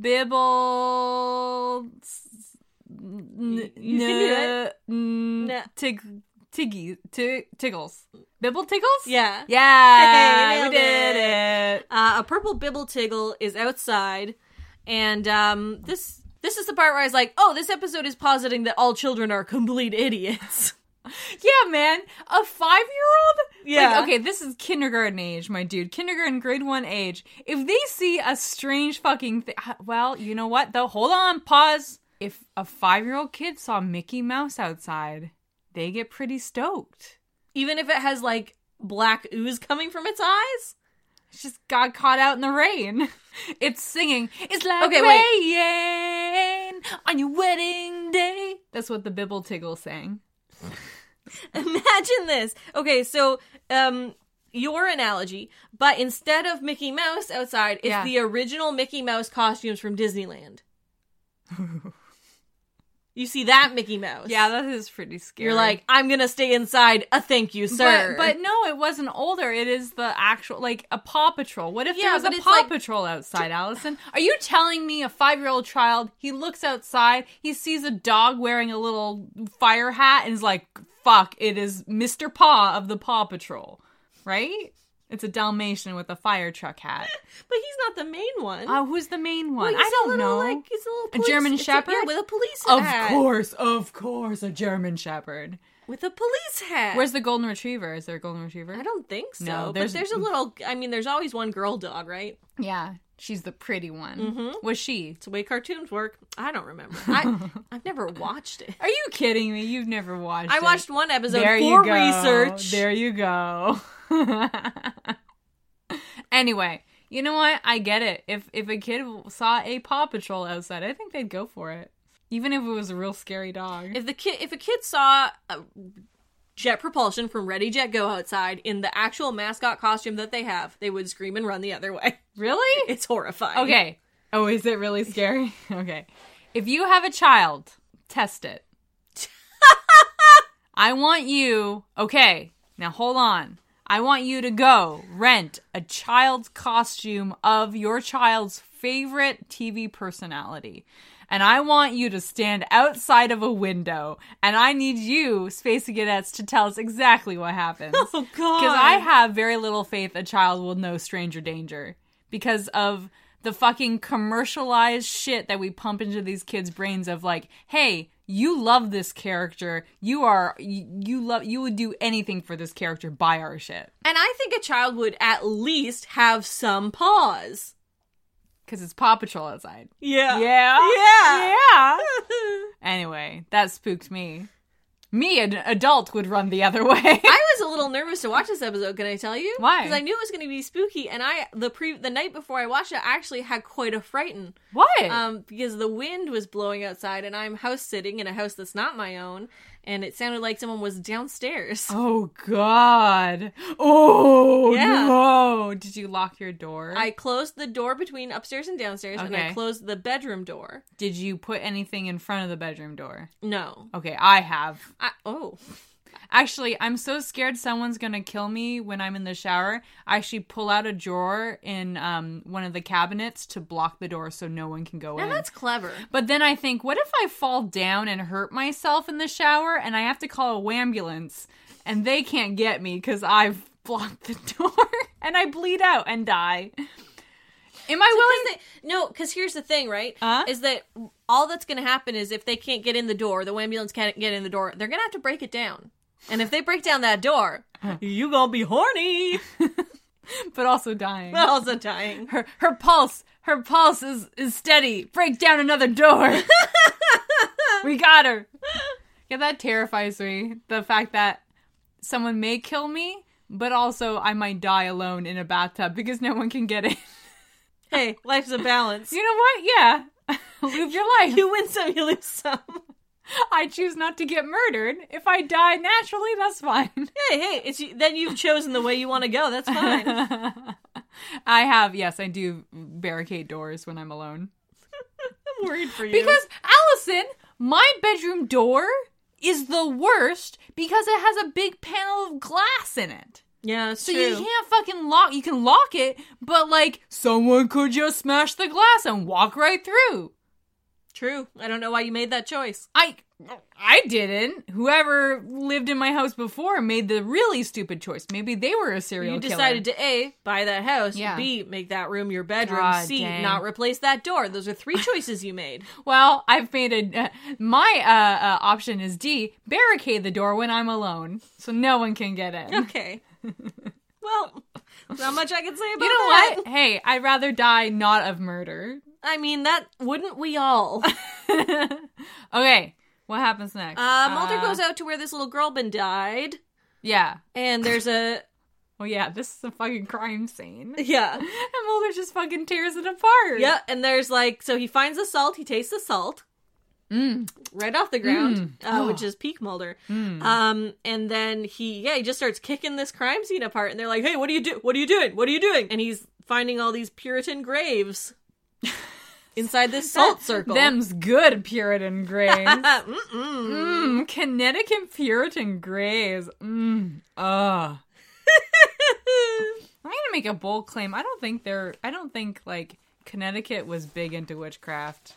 S1: bibble s- n-
S2: you can do
S1: n- n-
S2: No.
S1: tig tiggy ti- tiggles bibble tiggles
S2: Yeah.
S1: yeah
S2: Hey,
S1: we
S2: nailed
S1: did it.
S2: Uh, a purple bibble tiggle is outside, and um, this this is the part where I was like, "Oh, this episode is positing that all children are complete idiots."
S1: Yeah, man. A five year old?
S2: Yeah.
S1: Like, okay, this is kindergarten age, my dude. Kindergarten, grade one age. If they see a strange fucking thing. Well, you know what, though? Hold on, pause. If a five year old kid saw Mickey Mouse outside, they get pretty stoked.
S2: Even if it has like black ooze coming from its eyes?
S1: It just got caught out in the rain. It's singing. It's like
S2: Okay, wait.
S1: rain on your wedding day. That's what the Bibble Tiggle sang.
S2: Imagine this. Okay, so um your analogy, but instead of Mickey Mouse outside, it's
S1: Yeah.
S2: the original Mickey Mouse costumes from Disneyland. you see that Mickey Mouse.
S1: Yeah, that is pretty scary.
S2: You're like, I'm gonna stay inside. A thank you, sir.
S1: But, but no, it wasn't older. It is the actual, like a Paw Patrol. What if
S2: Yeah,
S1: there was a
S2: but it's
S1: Paw
S2: like-
S1: Patrol outside, Allison? Are you telling me a five year old child, he looks outside, he sees a dog wearing a little fire hat and is like, fuck, it is Mr. Paw of the Paw Patrol, right? It's a Dalmatian with a fire truck hat.
S2: but he's not the main one.
S1: Uh, who's the main
S2: Well,
S1: one?
S2: he's
S1: I
S2: a
S1: don't
S2: little,
S1: know.
S2: Like, he's a little
S1: A German
S2: police- it's
S1: Shepherd?
S2: yeah, with a police
S1: of
S2: hat.
S1: course, of course, a German Shepherd.
S2: With a police hat.
S1: Where's the Golden Retriever? Is there a Golden Retriever?
S2: Uh, I don't think so.
S1: No,
S2: but
S1: there's-
S2: there's a little. I mean, there's always one girl dog, right?
S1: Yeah, she's the pretty one. Was she?
S2: It's the way cartoons work. I don't remember. I I've never watched it.
S1: Are you kidding me? You've never watched.
S2: I
S1: it.
S2: watched one episode
S1: there
S2: for
S1: you go.
S2: research.
S1: There you go. anyway, you know what? I get it. If if a kid saw a Paw Patrol outside, I think they'd go for it, even if it was a real scary dog.
S2: If the kid, if a kid saw a jet propulsion from Ready Jet Go outside in the actual mascot costume that they have, they would scream and run the other way.
S1: really?
S2: It's horrifying.
S1: Okay. Oh, is it really scary? okay. If you have a child, test it. I want you, okay, now hold on. I want you to go rent a child's costume of your child's favorite TV personality. And I want you to stand outside of a window. And I need you, Spacey Cadets, to tell us exactly what happens.
S2: Oh God.
S1: Because I have very little faith a child will know stranger danger because of the fucking commercialized shit that we pump into these kids' brains of like, hey, you love this character. You are you, you love you would do anything for this character. Buy our shit
S2: and I think a child would at least have some pause.
S1: because it's Paw Patrol outside.
S2: Yeah.
S1: Yeah.
S2: Yeah.
S1: Yeah. anyway, that spooked me. Me, an adult, would run the other way.
S2: I was a little nervous to watch this episode. Can I tell you
S1: Why?
S2: Because I knew it was going to be spooky, and I the pre the night before I watched it, I actually had quite a frighten.
S1: what?
S2: Um, because the wind was blowing outside, and I'm house sitting in a house that's not my own, and it sounded like someone was downstairs.
S1: oh God. Oh
S2: Yeah.
S1: no. Did you lock your door?
S2: I closed the door between upstairs and downstairs, and I
S1: Okay.
S2: closed the bedroom door.
S1: Did you put anything in front of the bedroom door?
S2: No,
S1: Okay, I have.
S2: I, oh,
S1: Actually, I'm so scared someone's gonna kill me when I'm in the shower. I actually pull out a drawer in um, one of the cabinets to block the door so no one can go
S2: now
S1: in.
S2: that's clever.
S1: But then I think, what if I fall down and hurt myself in the shower and I have to call a wambulance and they can't get me because I've blocked the door and I bleed out and die? Am I willing?
S2: Because they- no, because here's the thing, right?
S1: Huh?
S2: Is that all that's going to happen is if they can't get in the door, the ambulance can't get in the door. They're going to have to break it down, and if they break down that door, you gonna be horny,
S1: But also dying.
S2: but also dying.
S1: her her pulse her pulse is is steady break down another door we got her yeah that terrifies me the fact that someone may kill me but also i might die alone in a bathtub because no one can get in
S2: Hey, life's a balance.
S1: you know what yeah live your life
S2: You win some, you lose some.
S1: i choose not to get murdered if i die naturally that's fine
S2: Hey, hey, it's then you've chosen the way you want to go. That's fine.
S1: i have yes i do barricade doors when i'm alone
S2: I'm worried for you.
S1: Because Allison, my bedroom door is the worst because it has a big panel of glass in it.
S2: yeah, it's
S1: So
S2: true.
S1: you can't fucking lock. You can lock it, but like someone could just smash the glass and walk right through.
S2: True. I don't know why you made that choice.
S1: I I didn't. Whoever lived in my house before made the really stupid choice. Maybe they were a serial
S2: You
S1: killer.
S2: decided to A, buy that house,
S1: Yeah.
S2: B, make that room your bedroom,
S1: God
S2: C,
S1: dang.
S2: not replace that door. Those are three choices you made.
S1: Well, I've made a uh, my uh, uh, option is D. Barricade the door when I'm alone, so no one can get in.
S2: Okay. well, not much I can say about
S1: You know
S2: that.
S1: what? Hey, I'd rather die not of murder.
S2: I mean, that wouldn't we all?
S1: Okay, what happens next?
S2: Uh, Mulder goes out to where this little girl been died,
S1: yeah.
S2: and there's a
S1: Well, yeah. This is a fucking crime scene, and
S2: yeah,
S1: Mulder just fucking tears it apart.
S2: yeah, and there's like so he finds the salt, he tastes the salt, Mm. right off the ground, uh, which is peak Mulder. Um, and then he yeah he just starts kicking this crime scene apart, and they're like, hey, what are you do? What are you doing? What are you doing? And he's finding all these Puritan graves inside this salt circle.
S1: Them's good Puritan graves.
S2: Uh, mm-mm.
S1: Mm, Connecticut Puritan Grays. Mm, ugh. I'm gonna make a bold claim. I don't think they're. I don't think like Connecticut was big into witchcraft.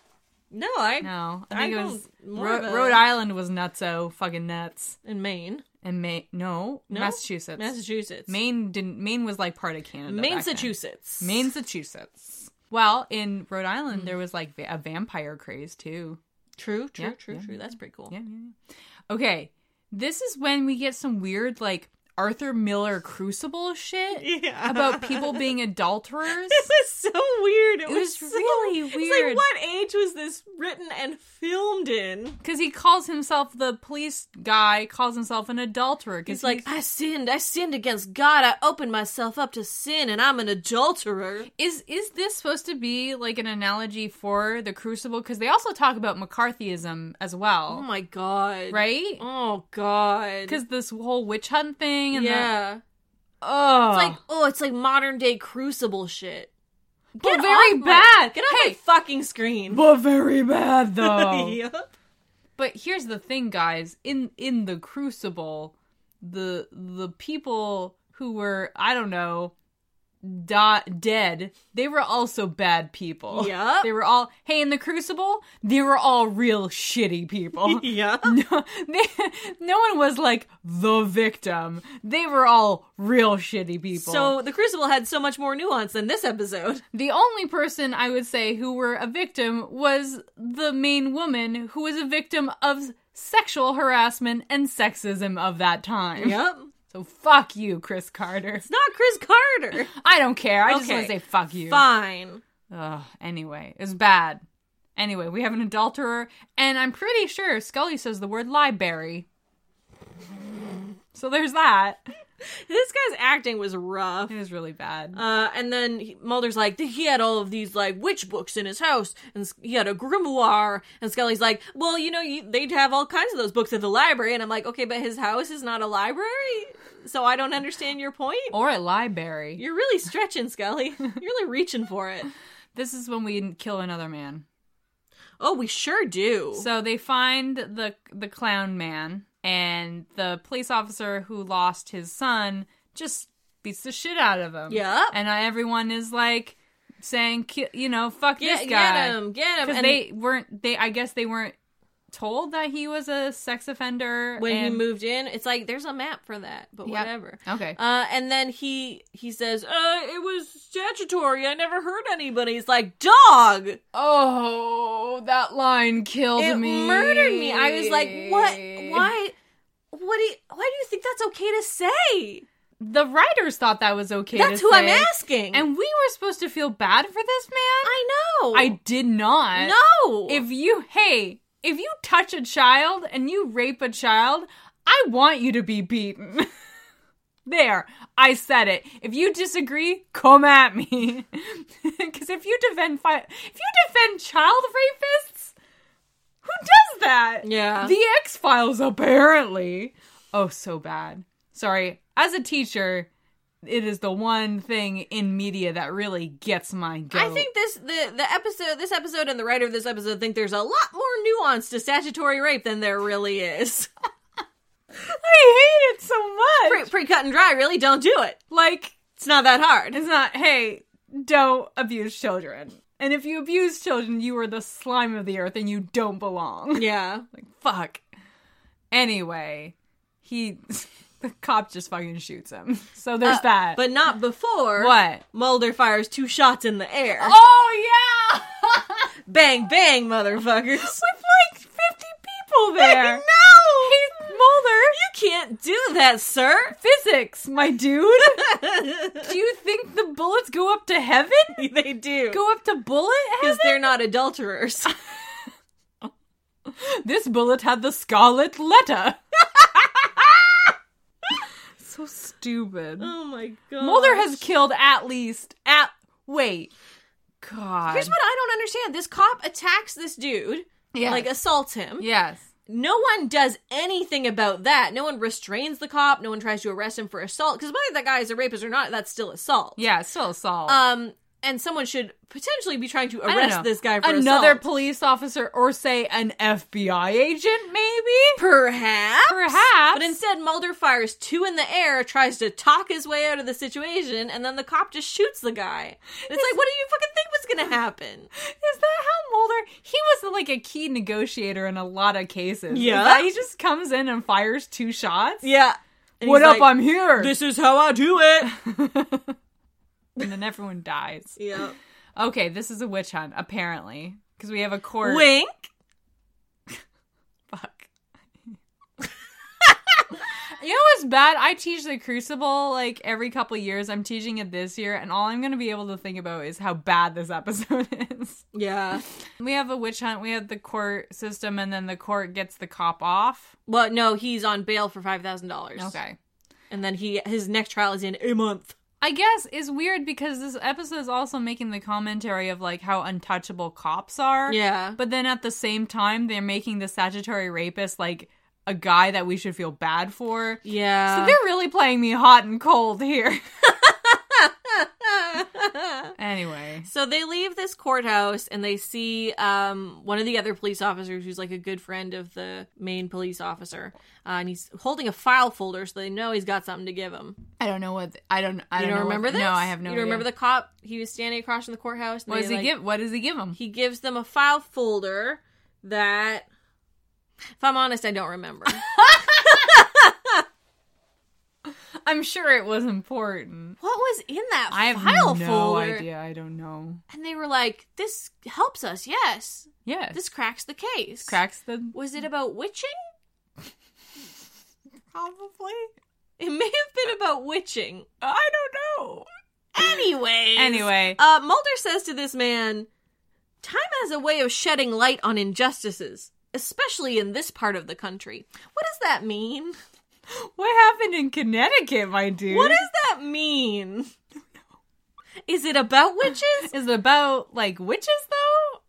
S2: No, I
S1: No, I think
S2: I
S1: it was
S2: know more
S1: Ro-
S2: of a-
S1: Rhode Island was nutso fucking nuts,
S2: in Maine,
S1: and Maine. No, Massachusetts.
S2: Massachusetts,
S1: Maine didn't. Maine was like part of Canada. back then.
S2: Massachusetts,
S1: Massachusetts. Well, in Rhode
S2: Hmm.
S1: Island, there was like va- a vampire craze too.
S2: True, true,
S1: Yeah,
S2: true,
S1: yeah,
S2: true. That's pretty cool.
S1: Yeah, yeah, yeah. Okay. This is when we get some weird, like, Arthur Miller crucible shit
S2: Yeah.
S1: about people being adulterers.
S2: This is so weird. It,
S1: It was
S2: so-
S1: really
S2: it's
S1: weird.
S2: like, what age was this written and filmed in?
S1: Because he calls himself the police guy, calls himself an adulterer. 'cause
S2: He's like, I sinned. I sinned against God. I opened myself up to sin, and I'm an adulterer.
S1: is is this supposed to be like an analogy for the crucible? Because they also talk about McCarthyism as
S2: Oh
S1: well,
S2: my God.
S1: right?
S2: Oh God.
S1: Because this whole witch hunt thing and
S2: yeah,
S1: oh,
S2: it's like oh, it's like modern day crucible shit.
S1: but
S2: Get
S1: very
S2: off my-
S1: bad.
S2: Get off
S1: hey,
S2: my fucking screen.
S1: but very bad though.
S2: Yep.
S1: But here's the thing, guys. In in the crucible, the the people who were I don't know, da- dead. They were also bad people.
S2: Yup.
S1: They were all hey in the crucible. They were all real shitty people.
S2: Yep.
S1: No, they, no one was like the victim. They were all real shitty people.
S2: So the crucible had so much more nuance than this episode.
S1: The only person I would say who were a victim was the main woman who was a victim of sexual harassment and sexism of that time.
S2: Yep.
S1: So fuck you, Chris Carter.
S2: Not Chris Carter.
S1: I don't care. I just
S2: Okay.
S1: want to say fuck you.
S2: Fine.
S1: Ugh, anyway, it's bad. Anyway, we have an adulterer, and I'm pretty sure Scully says the word library. So there's that.
S2: This guy's acting was rough.
S1: It was really bad.
S2: Uh, and then he, Mulder's like, he had all of these like witch books in his house, and s- he had a grimoire. And Scully's like, well, you know, you, they'd have all kinds of those books at the library. And I'm like, okay, but his house is not a library, so I don't understand your point.
S1: or a library.
S2: You're really stretching, Scully. You're really reaching for it.
S1: This is when we kill another man.
S2: Oh, we sure do.
S1: So they find the the clown man and the police officer who lost his son just beats the shit out of him.
S2: Yep.
S1: And I, everyone is like saying, "Ki- you know, fuck
S2: Get,
S1: this
S2: get
S1: guy.
S2: him, get him.
S1: 'Cause
S2: And
S1: they weren't. They I guess they weren't told that he was a sex offender
S2: when
S1: and,
S2: he moved in, it's like there's a map for that, but
S1: Yep.
S2: whatever.
S1: Okay.
S2: Uh, and then he he says, uh, it was statutory. I never heard anybody. He's like, dog,
S1: oh, that line killed
S2: it
S1: me.
S2: murdered me. I was like, what? Why? What do you, why do you think that's okay to say?
S1: The writers thought that was okay.
S2: That's
S1: to
S2: who I'm
S1: say,
S2: asking.
S1: And we were supposed to feel bad for this man.
S2: I know.
S1: I did not.
S2: know.
S1: If you, hey, if you touch a child and you rape a child, I want you to be beaten. there, I said it. If you disagree, come at me. Because if you defend, fi- if you defend child rapists, who does that?
S2: Yeah.
S1: the X Files apparently. Oh, so bad. Sorry. As a teacher. It is the one thing in media that really gets my goat.
S2: I think this the the episode this episode and the writer of this episode think there's a lot more nuance to statutory rape than there really is.
S1: I hate it so much.
S2: pretty, pretty cut and dry, really. Don't do it.
S1: Like,
S2: It's not that hard.
S1: it's not, hey, don't abuse children. And if you abuse children, you are the slime of the earth and you don't belong.
S2: Yeah.
S1: Fuck. Anyway, he. The cop just fucking shoots him. So there's that.
S2: Uh, But not before
S1: What?
S2: Mulder fires two shots in the air.
S1: Oh, yeah!
S2: Bang bang, motherfuckers.
S1: With like 50 people there.
S2: No!
S1: Hey, Mulder!
S2: You can't do that, sir.
S1: physics, my dude. Do you think the bullets go up to heaven?
S2: they do.
S1: Go up to bullet
S2: Because
S1: heaven?
S2: they're not adulterers.
S1: This bullet had the scarlet letter. so stupid.
S2: oh my god.
S1: Mulder has killed at least at wait. God.
S2: Here's what I don't understand. This cop attacks this dude,
S1: Yes.
S2: like assaults him.
S1: yes.
S2: No one does anything about that. No one restrains the cop. No one tries to arrest him for assault. Because whether that guy is a rapist or not, that's still assault.
S1: Yeah, it's still assault.
S2: Um, and someone should potentially be trying to
S1: I don't
S2: arrest
S1: know.
S2: this guy for
S1: another
S2: assault.
S1: police officer or say an FBI agent maybe?
S2: Perhaps.
S1: Perhaps.
S2: But instead, Mulder fires two in the air, tries to talk his way out of the situation, and then the cop just shoots the guy. It's, like, what do you fucking think was going to happen?
S1: Is that how Mulder? He was like a key negotiator in a lot of cases. Is
S2: Yeah.
S1: that he just comes in and fires two shots.
S2: Yeah.
S1: What up? I'm here.
S2: is how I do it.
S1: and then everyone dies.
S2: yeah.
S1: Okay, this is a witch hunt apparently because we have a court.
S2: Wink.
S1: fuck. you know what's bad? I teach the Crucible like every couple years. I'm teaching it this year, and all I'm gonna be able to think about is how bad this episode is.
S2: Yeah.
S1: We have a witch hunt. We have the court system, and then the court gets the cop off.
S2: Well, no, he's on bail for five thousand dollars.
S1: Okay.
S2: and then he his next trial is in a month.
S1: I guess is weird because this episode is also making the commentary of like how untouchable cops are.
S2: Yeah,
S1: But then at the same time, they're making the statutory rapist like a guy that we should feel bad for. So
S2: yeah.
S1: they're really playing me hot and cold here. anyway.
S2: So they leave this courthouse and they see um, one of the other police officers who's like a good friend of the main police officer. Uh, and he's holding a file folder so they know he's got something to give him.
S1: I don't know what I don't I
S2: You
S1: don't,
S2: don't,
S1: know what-
S2: remember this?
S1: No, I have no
S2: You don't
S1: idea.
S2: remember the cop? He was standing across from the courthouse. and
S1: What does
S2: they,
S1: he
S2: like-
S1: give what does he give him?
S2: He gives them a file folder that, if I'm honest, I don't remember.
S1: I'm sure it was important.
S2: what was in that
S1: I have
S2: file
S1: no
S2: folder?
S1: idea. I don't know.
S2: And they were like, "This helps us. Yes,
S1: Yes.
S2: this cracks the case.
S1: cracks the
S2: Was it about witching?
S1: probably.
S2: It may have been about witching.
S1: I don't know.
S2: Anyway,
S1: Anyway.
S2: uh, Mulder says to this man, "Time has a way of shedding light on injustices." Especially in this part of the country. What does that mean?
S1: What happened in Connecticut, my dude?
S2: What does that mean? Is it about witches?
S1: is it about like witches though?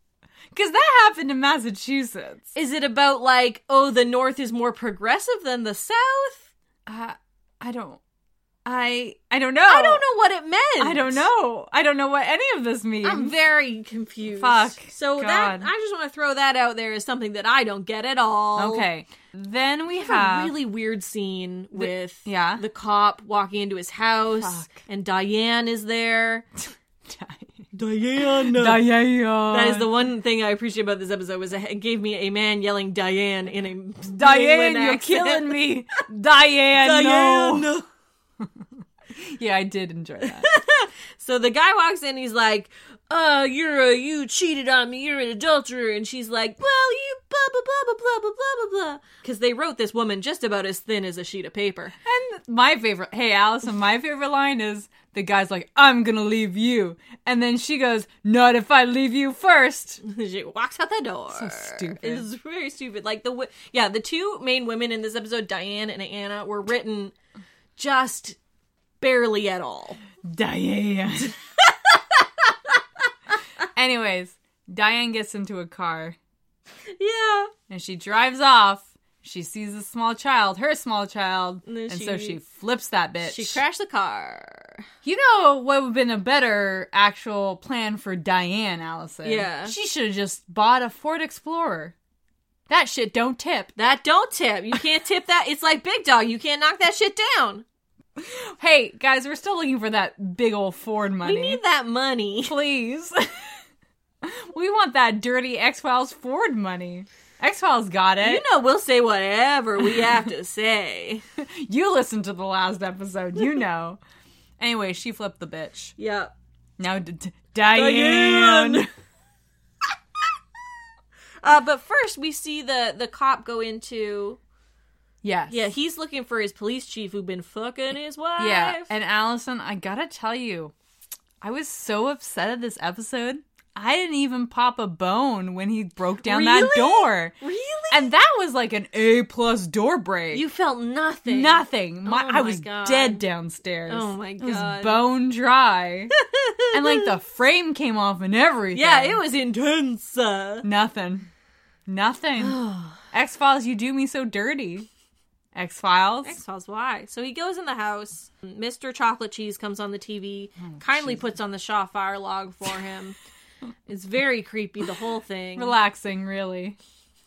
S1: Because that happened in Massachusetts.
S2: Is it about, like, oh, the North is more progressive than the South?
S1: Uh, I don't. I I don't know.
S2: I don't know what it meant.
S1: I don't know. I don't know what any of this means.
S2: I'm very confused.
S1: Fuck.
S2: So
S1: God.
S2: that I just want to throw that out there as something that I don't get at all.
S1: okay. Then we
S2: We
S1: have,
S2: have a really weird scene with
S1: yeah.
S2: the cop walking into his house
S1: Fuck.
S2: and Diane is there. Diane.
S1: Diane.
S2: that is the one thing I appreciate about this episode was it gave me a man yelling Diane in a
S1: Diane. You're killing me, Diane.
S2: Diane.
S1: No. Yeah, I did enjoy that.
S2: So the guy walks in, he's like, "Uh, you're a you cheated on me. You're an adulterer." And she's like, "Well, you blah blah blah blah blah blah blah blah." Because they wrote this woman just about as thin as a sheet of paper.
S1: And my favorite, hey Allison, my favorite line is the guy's like, "I'm gonna leave you," and then she goes, "Not if I leave you first.
S2: she walks out the door.
S1: So stupid.
S2: It's very stupid. Like the wi- yeah, the two main women in this episode, Diane and Anna, were written just barely at all.
S1: Diane. Anyways, Diane gets into a car
S2: Yeah.
S1: and she drives off. She sees a small child, her small child, and,
S2: And then
S1: so
S2: she-
S1: she flips that bitch.
S2: She crashed the car.
S1: You know what would have been a better actual plan for Diane, Allison?
S2: Yeah.
S1: She should have just bought a Ford Explorer. That shit don't tip.
S2: That don't tip. You can't tip that. It's like Big Dog. You can't knock that shit down.
S1: Hey guys, we're still looking for that big old Ford money.
S2: We need that money.
S1: please. We want that dirty X Files Ford money. X Files got it.
S2: You know, we'll say whatever we have to say.
S1: You listened to the last episode. You know. anyway, she flipped the bitch.
S2: Yep.
S1: Now, D- D- Diane.
S2: Diane! Uh, but first, we see the the cop go into.
S1: Yes.
S2: Yeah, he's looking for his police chief who'd been fucking his wife.
S1: Yeah. And Allison, I gotta tell you, I was so upset at this episode. I didn't even pop a bone when he broke down that
S2: Really?
S1: door.
S2: really,
S1: And that was like an A plus door break.
S2: you felt nothing.
S1: Nothing. My,
S2: Oh
S1: I
S2: my
S1: was
S2: God.
S1: dead downstairs.
S2: Oh my
S1: It was
S2: God.
S1: bone dry. and like the frame came off and everything.
S2: Yeah, it was intense. uh.
S1: Nothing. Nothing. X Files, you do me so dirty. X Files.
S2: X Files why? So he goes in the house. Mr. Chocolate Cheese comes on the TV, kindly puts on the Shaw fire log for him. it's very creepy, the whole thing.
S1: Relaxing, really.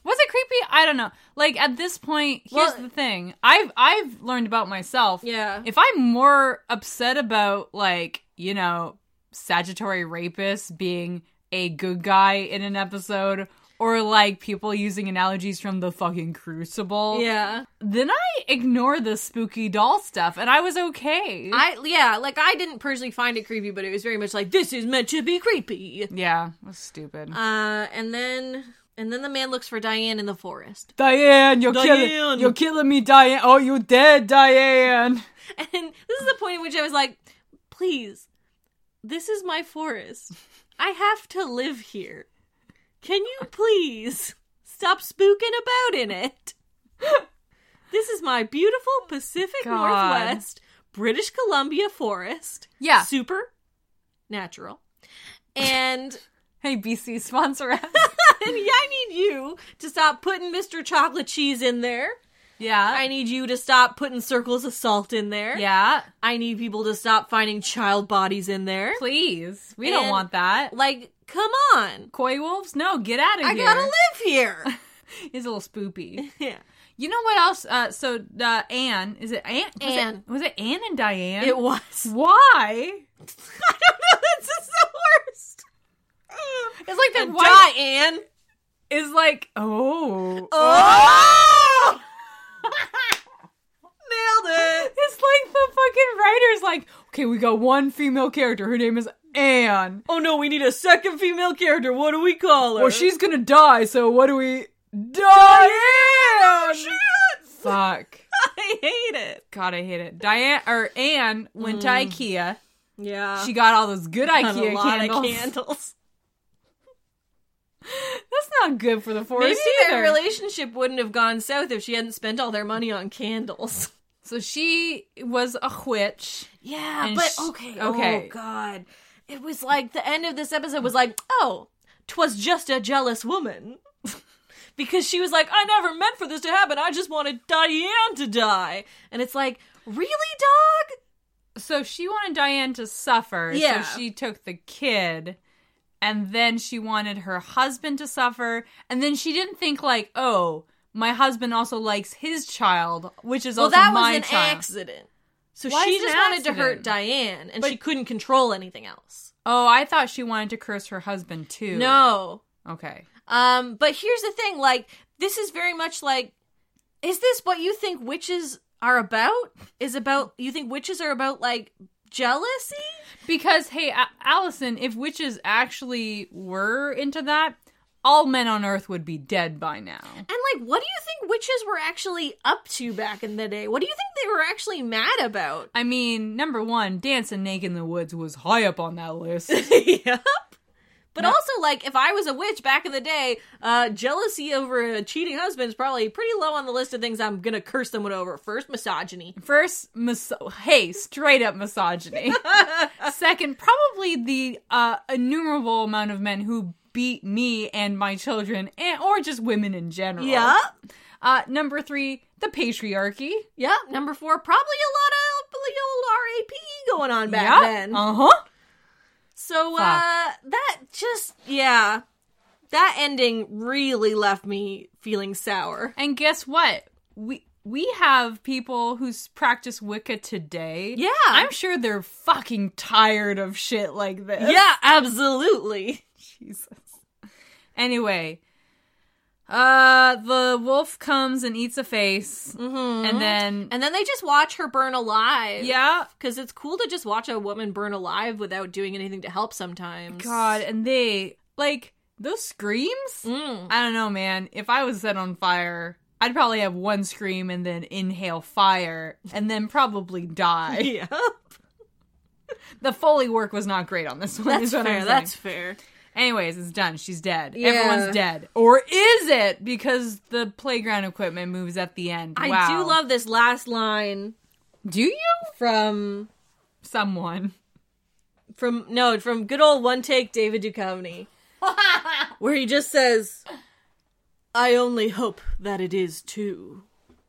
S1: Was it creepy? I don't know. Like at this point, here's
S2: Well-
S1: the thing. I've I've learned about myself.
S2: Yeah.
S1: If I'm more upset about like, you know, Sagittary rapist being a good guy in an episode or like people using analogies from the fucking crucible,
S2: yeah.
S1: then I ignore the spooky doll stuff and I was okay.
S2: I yeah, like I didn't personally find it creepy, but it was very much like this is meant to be creepy.
S1: yeah, it was stupid.
S2: Uh and then and then the man looks for Diane in the forest.
S1: Diane, you're
S2: Diane!
S1: killing you're killing me, Diane. Oh, you dead, Diane.
S2: And this is the point at which I was like, please, this is my forest. I have to live here. Can you please stop spooking about in it? this is my beautiful Pacific
S1: God.
S2: Northwest, British Columbia forest.
S1: Yeah.
S2: Super natural. And
S1: Hey BC sponsor us.
S2: and yeah, I need you to stop putting Mr. Chocolate Cheese in there.
S1: yeah.
S2: I need you to stop putting circles of salt in there.
S1: yeah.
S2: I need people to stop finding child bodies in there.
S1: Please. We don't
S2: And-
S1: want that.
S2: Like, come on.
S1: Koi wolves? No, get out of
S2: I
S1: here.
S2: gotta live here.
S1: He's a little spoopy.
S2: yeah.
S1: You know what else? Uh, so uh, Anne, is it Anne? Was
S2: Anne.
S1: It, was it Anne and Diane?
S2: It was.
S1: Why?
S2: I don't know. That's just the worst.
S1: It's like that. Why
S2: Why, Anne?
S1: is like oh.
S2: Oh! Nailed it.
S1: It's like the fucking writers like okay, we got one female character. Her name is Anne.
S2: Oh no, we need a second female character. What do we call her?
S1: Well, she's gonna die. So what do we? Diane. Fuck.
S2: I hate it.
S1: God, I hate it. Diane or Anne went to IKEA.
S2: Yeah.
S1: She got all those good
S2: Uh, got
S1: IKEA candles.
S2: candles.
S1: That's not good for the
S2: Maybe
S1: forest
S2: their
S1: either.
S2: relationship wouldn't have gone south if she hadn't spent all their money on candles.
S1: so she was a witch.
S2: Yeah,
S1: And
S2: but
S1: sh-
S2: okay,
S1: okay.
S2: Oh god. It was like the end of this episode was like, "Oh, 'twas just a jealous woman." because she was like, "I never meant for this to happen. I just wanted Diane to die." And it's like, "Really, dog?"
S1: so she wanted Diane to suffer.
S2: Yeah.
S1: So she took the kid. And then she wanted her husband to suffer. And then she didn't think like, oh, my husband also likes his child, which is
S2: Well,
S1: also
S2: that
S1: my
S2: was an
S1: child.
S2: accident. So
S1: Why
S2: she
S1: is it
S2: just
S1: an
S2: wanted to hurt
S1: accident?
S2: Diane and
S1: But-
S2: she couldn't control anything else.
S1: Oh, I thought she wanted to curse her husband too.
S2: No.
S1: Okay.
S2: Um, but here's the thing, like, this is very much like is this what you think witches are about? Is about you think witches are about like jealousy?
S1: Because hey, A- Allison, if witches actually were into that, all men on Earth would be dead by now.
S2: And like what do you think witches were actually up to back in the day? What do you think they were actually mad about?
S1: I mean, number one, dancing naked in the woods was high up on that list.
S2: yep. But also like if I was a witch back in the day, uh jealousy over a cheating husband is probably pretty low on the list of things I'm going to curse someone over. First, misogyny.
S1: First, mis- hey, straight up misogyny. Second, probably the uh, innumerable amount of men who beat me and my children, and or just women in general. Uh, number three, the patriarchy.
S2: Yep. Number four, probably a lot of the old RAP going on back then.
S1: Uh huh.
S2: so uh, that just yeah, that ending really left me feeling sour.
S1: And guess what? We we have people who s- practice Wicca today.
S2: Yeah.
S1: I'm sure they're fucking tired of shit like this.
S2: Yeah, absolutely.
S1: Jesus. Anyway, uh, the wolf comes and eats a face, and then
S2: Mm-hmm. And then they just watch her burn alive.
S1: yeah,
S2: Because it's cool to just watch a woman burn alive without doing anything to help sometimes.
S1: God, and they like those screams.
S2: Mm.
S1: I don't know, man. If I was set on fire, I'd probably have one scream and then inhale fire, and then probably die.
S2: Yeah.
S1: the foley work was not great on this one.
S2: That's
S1: is what I'm
S2: fair.
S1: saying.
S2: That's fair.
S1: Anyways, it's done. She's dead.
S2: Yeah.
S1: Everyone's dead. Or is it because the playground equipment moves at the end?
S2: I
S1: wow.
S2: do love this last line
S1: Do you?
S2: from
S1: Someone.
S2: from no from good old one take David Duchovny, where he just says, "I only hope that it is too,"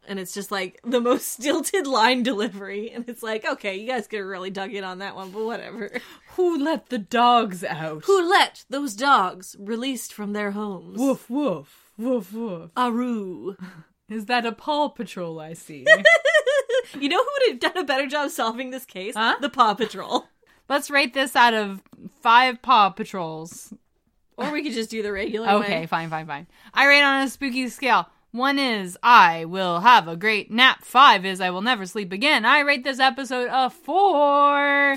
S2: and it's just like the most stilted line delivery, and it's like, okay, you guys could have really dug in on that one, but whatever.
S1: Who let the dogs out?
S2: Who let those dogs released from their homes?
S1: Woof woof. Woof woof.
S2: Aru.
S1: Is that a Paw Patrol I see?
S2: You know who would have done a better job solving this case?
S1: Huh?
S2: The Paw Patrol.
S1: Let's rate this out of five Paw Patrols.
S2: Or we could just do the regular
S1: Okay,
S2: way.
S1: fine, fine, fine. I rate on a spooky scale. One is I will have a great nap. Five is I will never sleep again. I rate this episode a four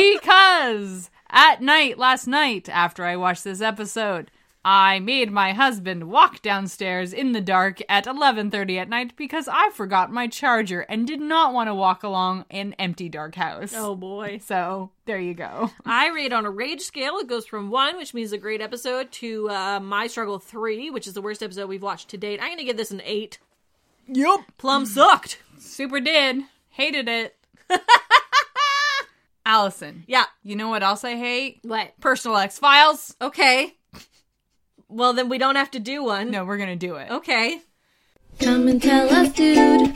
S1: because at night last night after I watched this episode, I made my husband walk downstairs in the dark at 11:30 at night because I forgot my charger and did not want to walk along an empty dark house.
S2: Oh boy.
S1: So, there you go.
S2: I rate on a rage scale. It goes from one, which means a great episode, to uh, my struggle three, which is the worst episode we've watched to date. I'm gonna give this an eight.
S1: Yup.
S2: Plum sucked.
S1: Super did. Hated it. Allison.
S2: Yeah.
S1: You know what else I hate?
S2: What?
S1: Personal X Files.
S2: Oh. Okay. Well, then we don't have to do one.
S1: No, we're going to do it.
S2: Okay.
S3: Come and tell us, dude,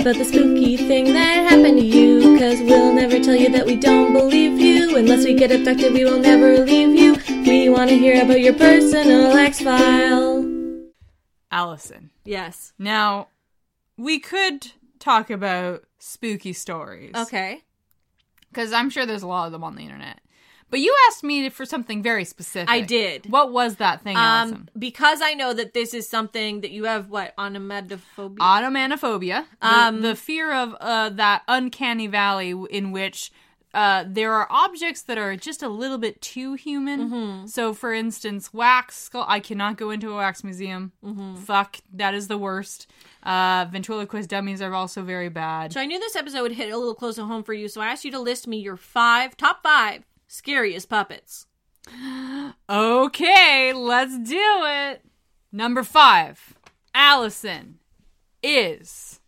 S3: about the spooky thing that happened to you. Cause we'll never tell you that we don't believe you. Unless we get abducted, we will never leave you. We want to hear about your personal X file.
S1: Allison.
S2: Yes.
S1: Now, we could talk about spooky stories.
S2: Okay.
S1: Because I'm sure there's a lot of them on the internet. But you asked me for something very specific.
S2: I did.
S1: What was that thing,
S2: Um,
S1: Allison?
S2: because I know that this is something that you have what onomatophobia.
S1: Automanophobia. Um, the, fear of uh, that uncanny valley w- in which uh, there are objects that are just a little bit too human. So, for instance, wax. Skull- I cannot go into a wax museum. Fuck, that is the worst. Uh, ventriloquist dummies are also very bad.
S2: So I knew this episode would hit a little close to home for you, so I asked you to list me your five top five scariest puppets.
S1: Okay, let's do it. Number five, Allison is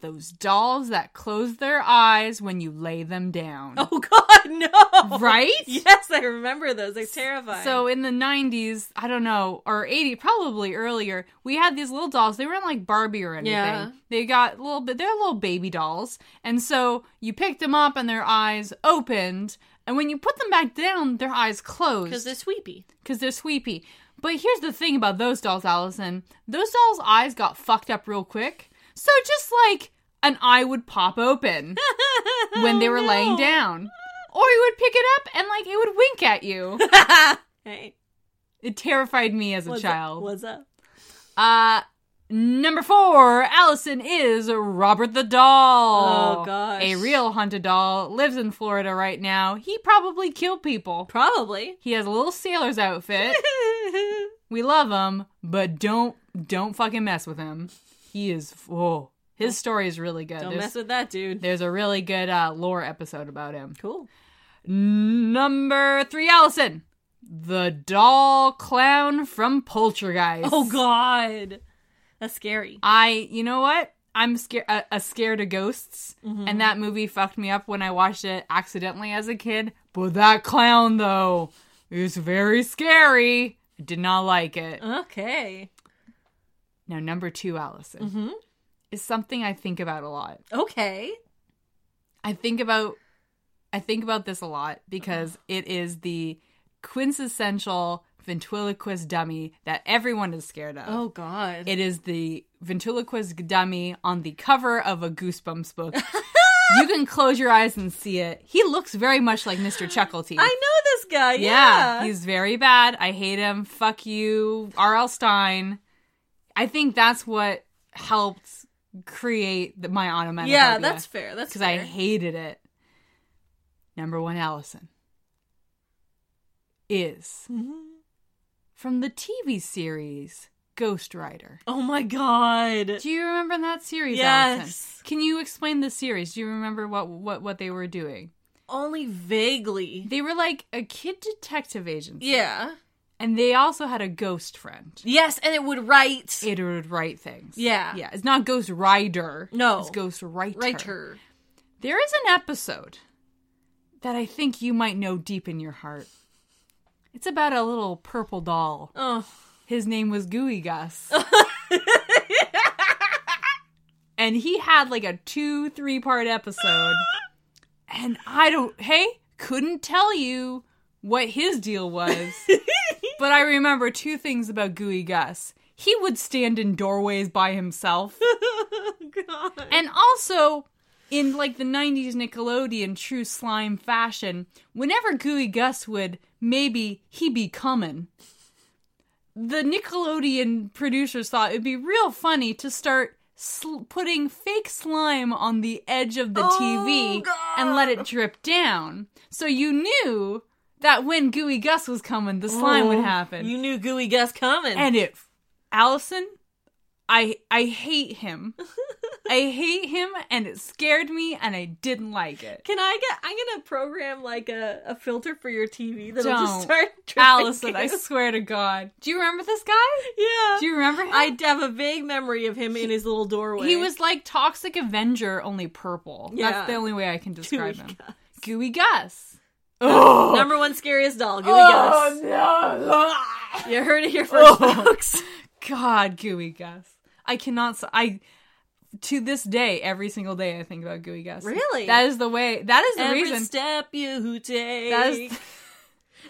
S1: those dolls that close their eyes when you lay them down.
S2: Oh God, no!
S1: Right?
S2: Yes, I remember those. They're terrifying.
S1: So in the 90s, I don't know, or 80, probably earlier, we had these little dolls. They weren't like Barbie or anything.
S2: Yeah.
S1: They got little bit, they're little baby dolls. And so you picked them up and their eyes opened. And when you put them back down, their eyes closed
S2: because they're sweepy.
S1: because they're sweepy. But here's the thing about those dolls, Allison. Those dolls' eyes got fucked up real quick. So just like an eye would pop open when they were laying down. Or you would pick it up and like it would wink at you.
S2: Hey,
S1: it terrified me as a
S2: what's
S1: child.
S2: Up? What's up?
S1: Uh number four, Allison is Robert the Doll.
S2: Oh, gosh.
S1: A real haunted doll. Lives in Florida right now. He probably killed people.
S2: Probably.
S1: He has a little sailor's outfit. We love him, but don't don't fucking mess with him. He is oh, his story is really good.
S2: Don't
S1: there's,
S2: mess with that dude.
S1: there's a really good uh, lore episode about him.
S2: Cool.
S1: Number three, Allison, the doll clown from Poltergeist.
S2: Oh God, that's scary.
S1: I you know what? I'm scared uh, uh, scared of ghosts, and that movie fucked me up when I watched it accidentally as a kid. But that clown though is very scary. I did not like it.
S2: Uh. Okay.
S1: Now, number two, Allison, is something I think about a lot.
S2: Okay.
S1: I think about, I think about this a lot because it is the quintessential ventriloquist dummy that everyone is scared of.
S2: Oh God.
S1: It is the ventriloquist dummy on the cover of a Goosebumps book. you can close your eyes and see it. He looks very much like Mr. Chuckleteeth.
S2: I know this guy.
S1: Yeah,
S2: Yeah.
S1: he's very bad. I hate him. Fuck you, R.L. Stein. I think that's what helped create the, my automatic.
S2: yeah, that's fair. That's
S1: because I
S2: fair.
S1: hated it. Number one, Allison is
S2: Mm-hmm.
S1: from the TV series Ghost Rider.
S2: Oh my god.
S1: Do you remember that series?
S2: Yes.
S1: Allison? Can you explain the series? Do you remember what what what they were doing?
S2: Only vaguely.
S1: They were like a kid detective agency.
S2: Yeah.
S1: And they also had a ghost friend.
S2: Yes, and it would write.
S1: It would write things.
S2: Yeah.
S1: Yeah. It's not Ghost Rider.
S2: No.
S1: It's Ghost Writer.
S2: Writer.
S1: There is an episode that I think you might know deep in your heart. It's about a little purple doll.
S2: Oh.
S1: His name was Gooey Gus. and he had like a two, three part episode. And I don't, hey, couldn't tell you what his deal was. but I remember two things about Gooey Gus. He would stand in doorways by himself.
S2: God.
S1: And also, in like the 90s Nickelodeon true slime fashion, whenever Gooey Gus would maybe he be coming, the Nickelodeon producers thought it'd be real funny to start sl- putting fake slime on the edge of the TV and let it drip down. So you knew that when Gooey Gus was coming, the slime would happen.
S2: oh. You knew Gooey Gus coming.
S1: And it, Allison, I I hate him. I hate him, and it scared me, and I didn't like it.
S2: Can I get? I'm gonna program like a, a filter for your TV that'll just
S1: Don't.
S2: start. dripping
S1: Allison, I
S2: goo.
S1: swear to God, do you remember this guy?
S2: yeah.
S1: Do you remember him?
S2: I have a vague memory of him in his little doorway.
S1: He was like Toxic Avenger, only purple.
S2: Yeah.
S1: That's the only way I can
S2: Gooey
S1: describe him.
S2: Gus.
S1: Gooey Gus. Oh,
S2: number one scariest doll. Gooey Gus.
S1: no.
S2: You heard it here first, folks.
S1: God, Gooey Gus. I cannot. s- I to this day, every single day, I think about Gooey Gus.
S2: Really?
S1: That is the way. That is the
S2: Every
S1: reason.
S2: step you take,
S1: That's-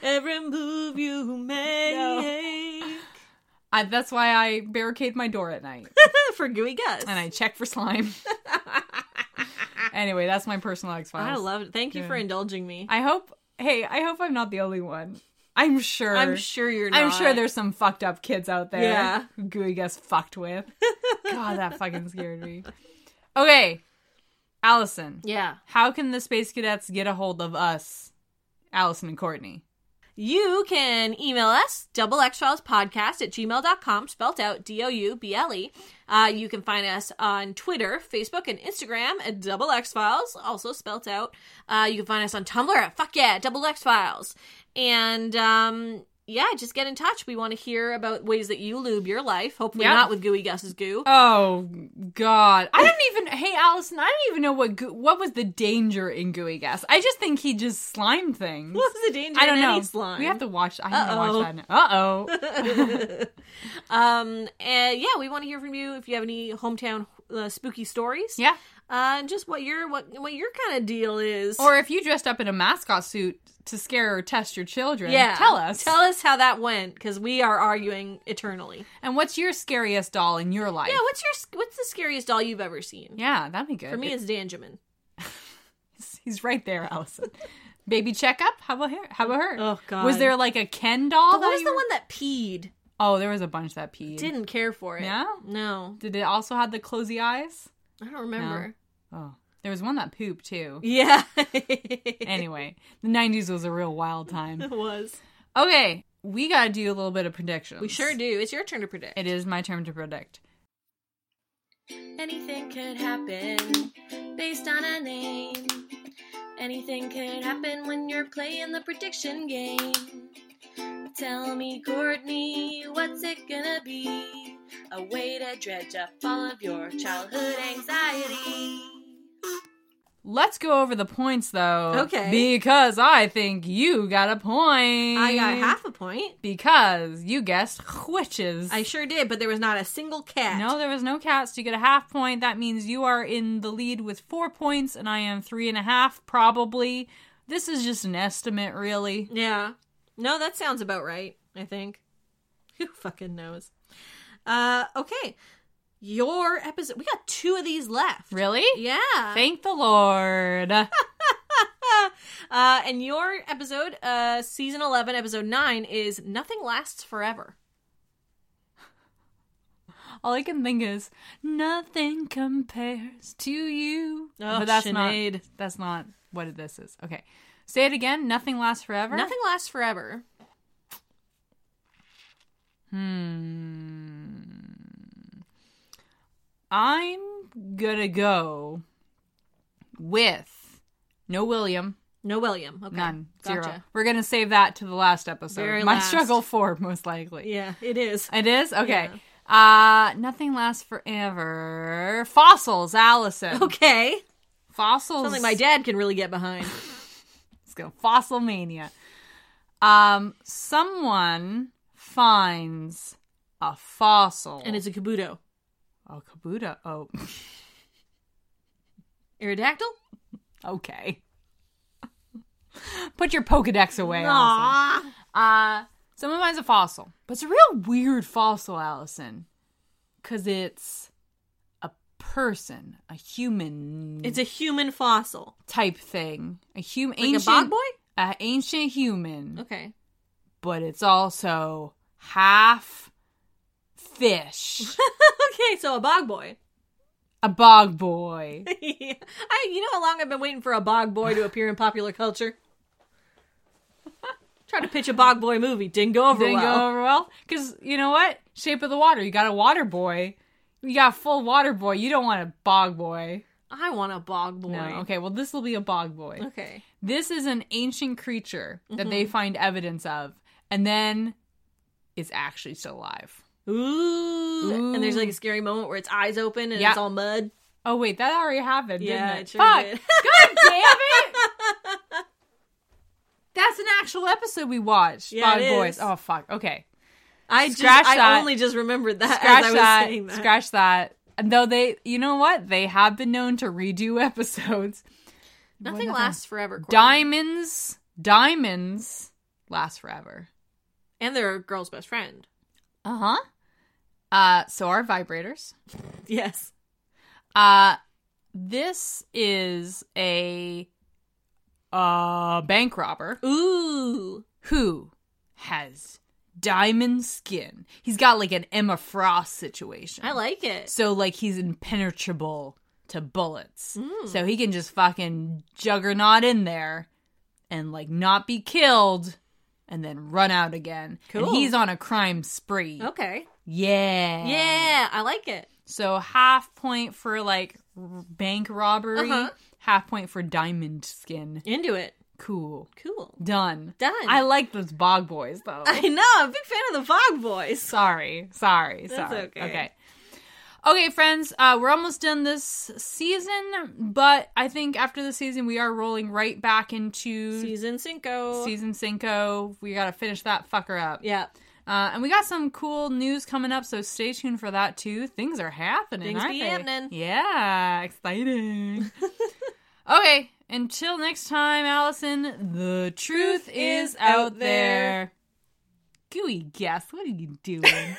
S2: every move you make,
S1: I, that's why I barricade my door at night
S2: for Gooey Gus.
S1: and I check for slime. anyway, that's my personal X Files.
S2: I love it. Thank you for
S1: Yeah.
S2: indulging me.
S1: I hope. Hey, I hope I'm not the only one. I'm sure.
S2: I'm sure you're. Not.
S1: I'm sure there's some fucked up kids out there
S2: Yeah.
S1: who Gooey Gus fucked with. God, that fucking scared me. Okay, Allison.
S2: Yeah.
S1: How can the Space Cadets get a hold of us, Allison and Courtney?
S2: You can email us, double X Files podcast at gmail.com, spelt out D O U B L E. Uh, you can find us on Twitter, Facebook, and Instagram at double X Files, also spelt out. Uh, you can find us on Tumblr at fuck yeah, double X Files. And um, yeah, just get in touch. We want to hear about ways that you lube your life. Hopefully,
S1: Yeah.
S2: not with Gooey Gus's goo.
S1: Oh God! I don't even. Hey, Allison, I don't even know what goo- what was the danger in Gooey Gas. I just think he just slimed things.
S2: What's the danger
S1: I don't
S2: in
S1: know.
S2: any slime?
S1: We have to watch. I have
S2: Uh-oh.
S1: to watch that. Uh oh.
S2: Um, and yeah, we want to hear from you if you have any hometown uh, spooky stories.
S1: yeah.
S2: Uh, and just what your what what your kind of deal is.
S1: Or if you dressed up in a mascot suit to scare or test your children,
S2: yeah,
S1: tell us.
S2: Tell us how that went because we are arguing eternally.
S1: and what's your scariest doll in your life?
S2: Yeah, what's your what's the scariest doll you've ever seen?
S1: Yeah, that'd be good.
S2: For me,
S1: It-
S2: it's Danjamin.
S1: he's right there, Allison. Baby checkup. How about her? How about her?
S2: Oh, God.
S1: Was there like a Ken doll?
S2: But
S1: that
S2: what was
S1: you
S2: the
S1: were-
S2: one that peed?
S1: Oh, there was a bunch that peed.
S2: Didn't care for it.
S1: No?
S2: no,
S1: Did it also have the closey eyes?
S2: I don't remember.
S1: Oh, there was one that pooped too.
S2: Yeah,
S1: Anyway, the 90s was a real wild time.
S2: it was.
S1: Okay, we got to do a little bit of predictions.
S2: We sure do. It's your turn to predict.
S1: It is my turn to predict.
S3: Anything could happen based on a name. Anything could happen when you're playing the prediction game. Tell me, Courtney, what's it gonna be? A way to dredge up all of your childhood anxiety.
S1: Let's go over the points though.
S2: Okay.
S1: Because I think you got a point.
S2: I got half a point.
S1: Because you guessed witches.
S2: I sure did, but there was not a single cat.
S1: No, there was no cats. you get a half point. That means you are in the lead with four points, and I am three and a half, probably. This is just an estimate, really.
S2: Yeah. No, that sounds about right, I think. Who fucking knows? Uh okay. your episode. We got two of these left.
S1: Really?
S2: Yeah.
S1: Thank the Lord.
S2: Uh, and your episode, uh, season 11, episode 9, is Nothing Lasts Forever.
S1: All I can think is nothing compares to you.
S2: Oh,
S1: but that's
S2: Sinead.
S1: not that's not what this is. Okay. Say it again. Nothing lasts forever.
S2: Nothing Lasts Forever.
S1: I'm gonna go with no William,
S2: No William. Okay.
S1: none,
S2: Gotcha.
S1: zero. We're gonna save that to the last episode.
S2: Very
S1: My
S2: last.
S1: struggle four, most likely.
S2: Yeah, it is.
S1: It is okay. Uh, nothing lasts forever. Fossils, Allison.
S2: Okay.
S1: Fossils.
S2: Something my dad can really get behind.
S1: Let's go. Fossil mania. Um, someone finds a fossil
S2: and it's a Kabuto.
S1: a kabuto. Oh,
S2: Iridactyl?
S1: okay. Put your Pokedex away. Allison.
S2: Aww.
S1: Uh, someone finds a fossil, but it's a real weird fossil, Allison, because it's a person, a human
S2: It's a human fossil.
S1: type thing, a human,
S2: Like
S1: ancient
S2: a bog boy?
S1: a ancient human,
S2: Okay.
S1: but it's also half fish,
S2: okay, so a bog boy.
S1: a bog boy.
S2: I, you know how long I've been waiting for a bog boy to appear in popular culture? Try to pitch a bog boy movie. Didn't go over
S1: Didn't
S2: well.
S1: go over well because you know what? Shape of the water. You got a water boy. You got a full water boy. You don't want a bog boy.
S2: I want a bog boy.
S1: No. Okay. Well, this will be a bog boy.
S2: Okay.
S1: This is an ancient creature that they find evidence of, and then is actually still alive.
S2: Ooh. And there's like a scary moment where its eyes open and
S1: Yeah.
S2: it's all mud.
S1: Oh wait, that already happened,
S2: Yeah,
S1: didn't it?
S2: it sure
S1: Fuck!
S2: did.
S1: God damn it! That's an actual episode we watched.
S2: Yeah,
S1: Bog
S2: it
S1: Boys.
S2: is.
S1: Oh fuck. Okay.
S2: I just,
S1: Scratch that.
S2: I only just remembered that
S1: Scratch
S2: as I was
S1: that.
S2: saying that.
S1: Scratch that. And though they, you know what? They have been known to redo episodes.
S2: Nothing lasts forever. Courtney.
S1: Diamonds, diamonds last forever.
S2: And they're a girl's best friend.
S1: Uh
S2: Uh-huh.
S1: huh. Uh, so are vibrators.
S2: Yes.
S1: Uh this is a uh bank robber
S2: Ooh.
S1: who has diamond skin. He's got like an Emma Frost situation.
S2: I like it.
S1: So like he's impenetrable to bullets.
S2: Mm.
S1: So he can just fucking juggernaut in there and like not be killed and then run out again.
S2: Cool.
S1: And he's on a crime spree.
S2: Okay.
S1: Yeah.
S2: Yeah, I like it.
S1: So half point for like r- bank robbery,
S2: Uh-huh.
S1: half point for diamond skin.
S2: Into it.
S1: Cool.
S2: Cool.
S1: Done.
S2: Done.
S1: I like those bog boys though.
S2: I know. I'm a big fan of the Fog Boys.
S1: sorry. Sorry.
S2: That's
S1: sorry.
S2: okay.
S1: Okay. Okay, friends, uh, we're almost done this season, but I think after the season we are rolling right back into
S2: Season Cinco.
S1: season cinco. We gotta finish that fucker up.
S2: yeah.
S1: Uh, and we got some cool news coming up, so stay tuned for that too. Things are happening.
S2: Things
S1: aren't
S2: be
S1: they?
S2: happening.
S1: Yeah, exciting. okay, until next time, Allison. The truth is out there. Gooey guess. What are you doing?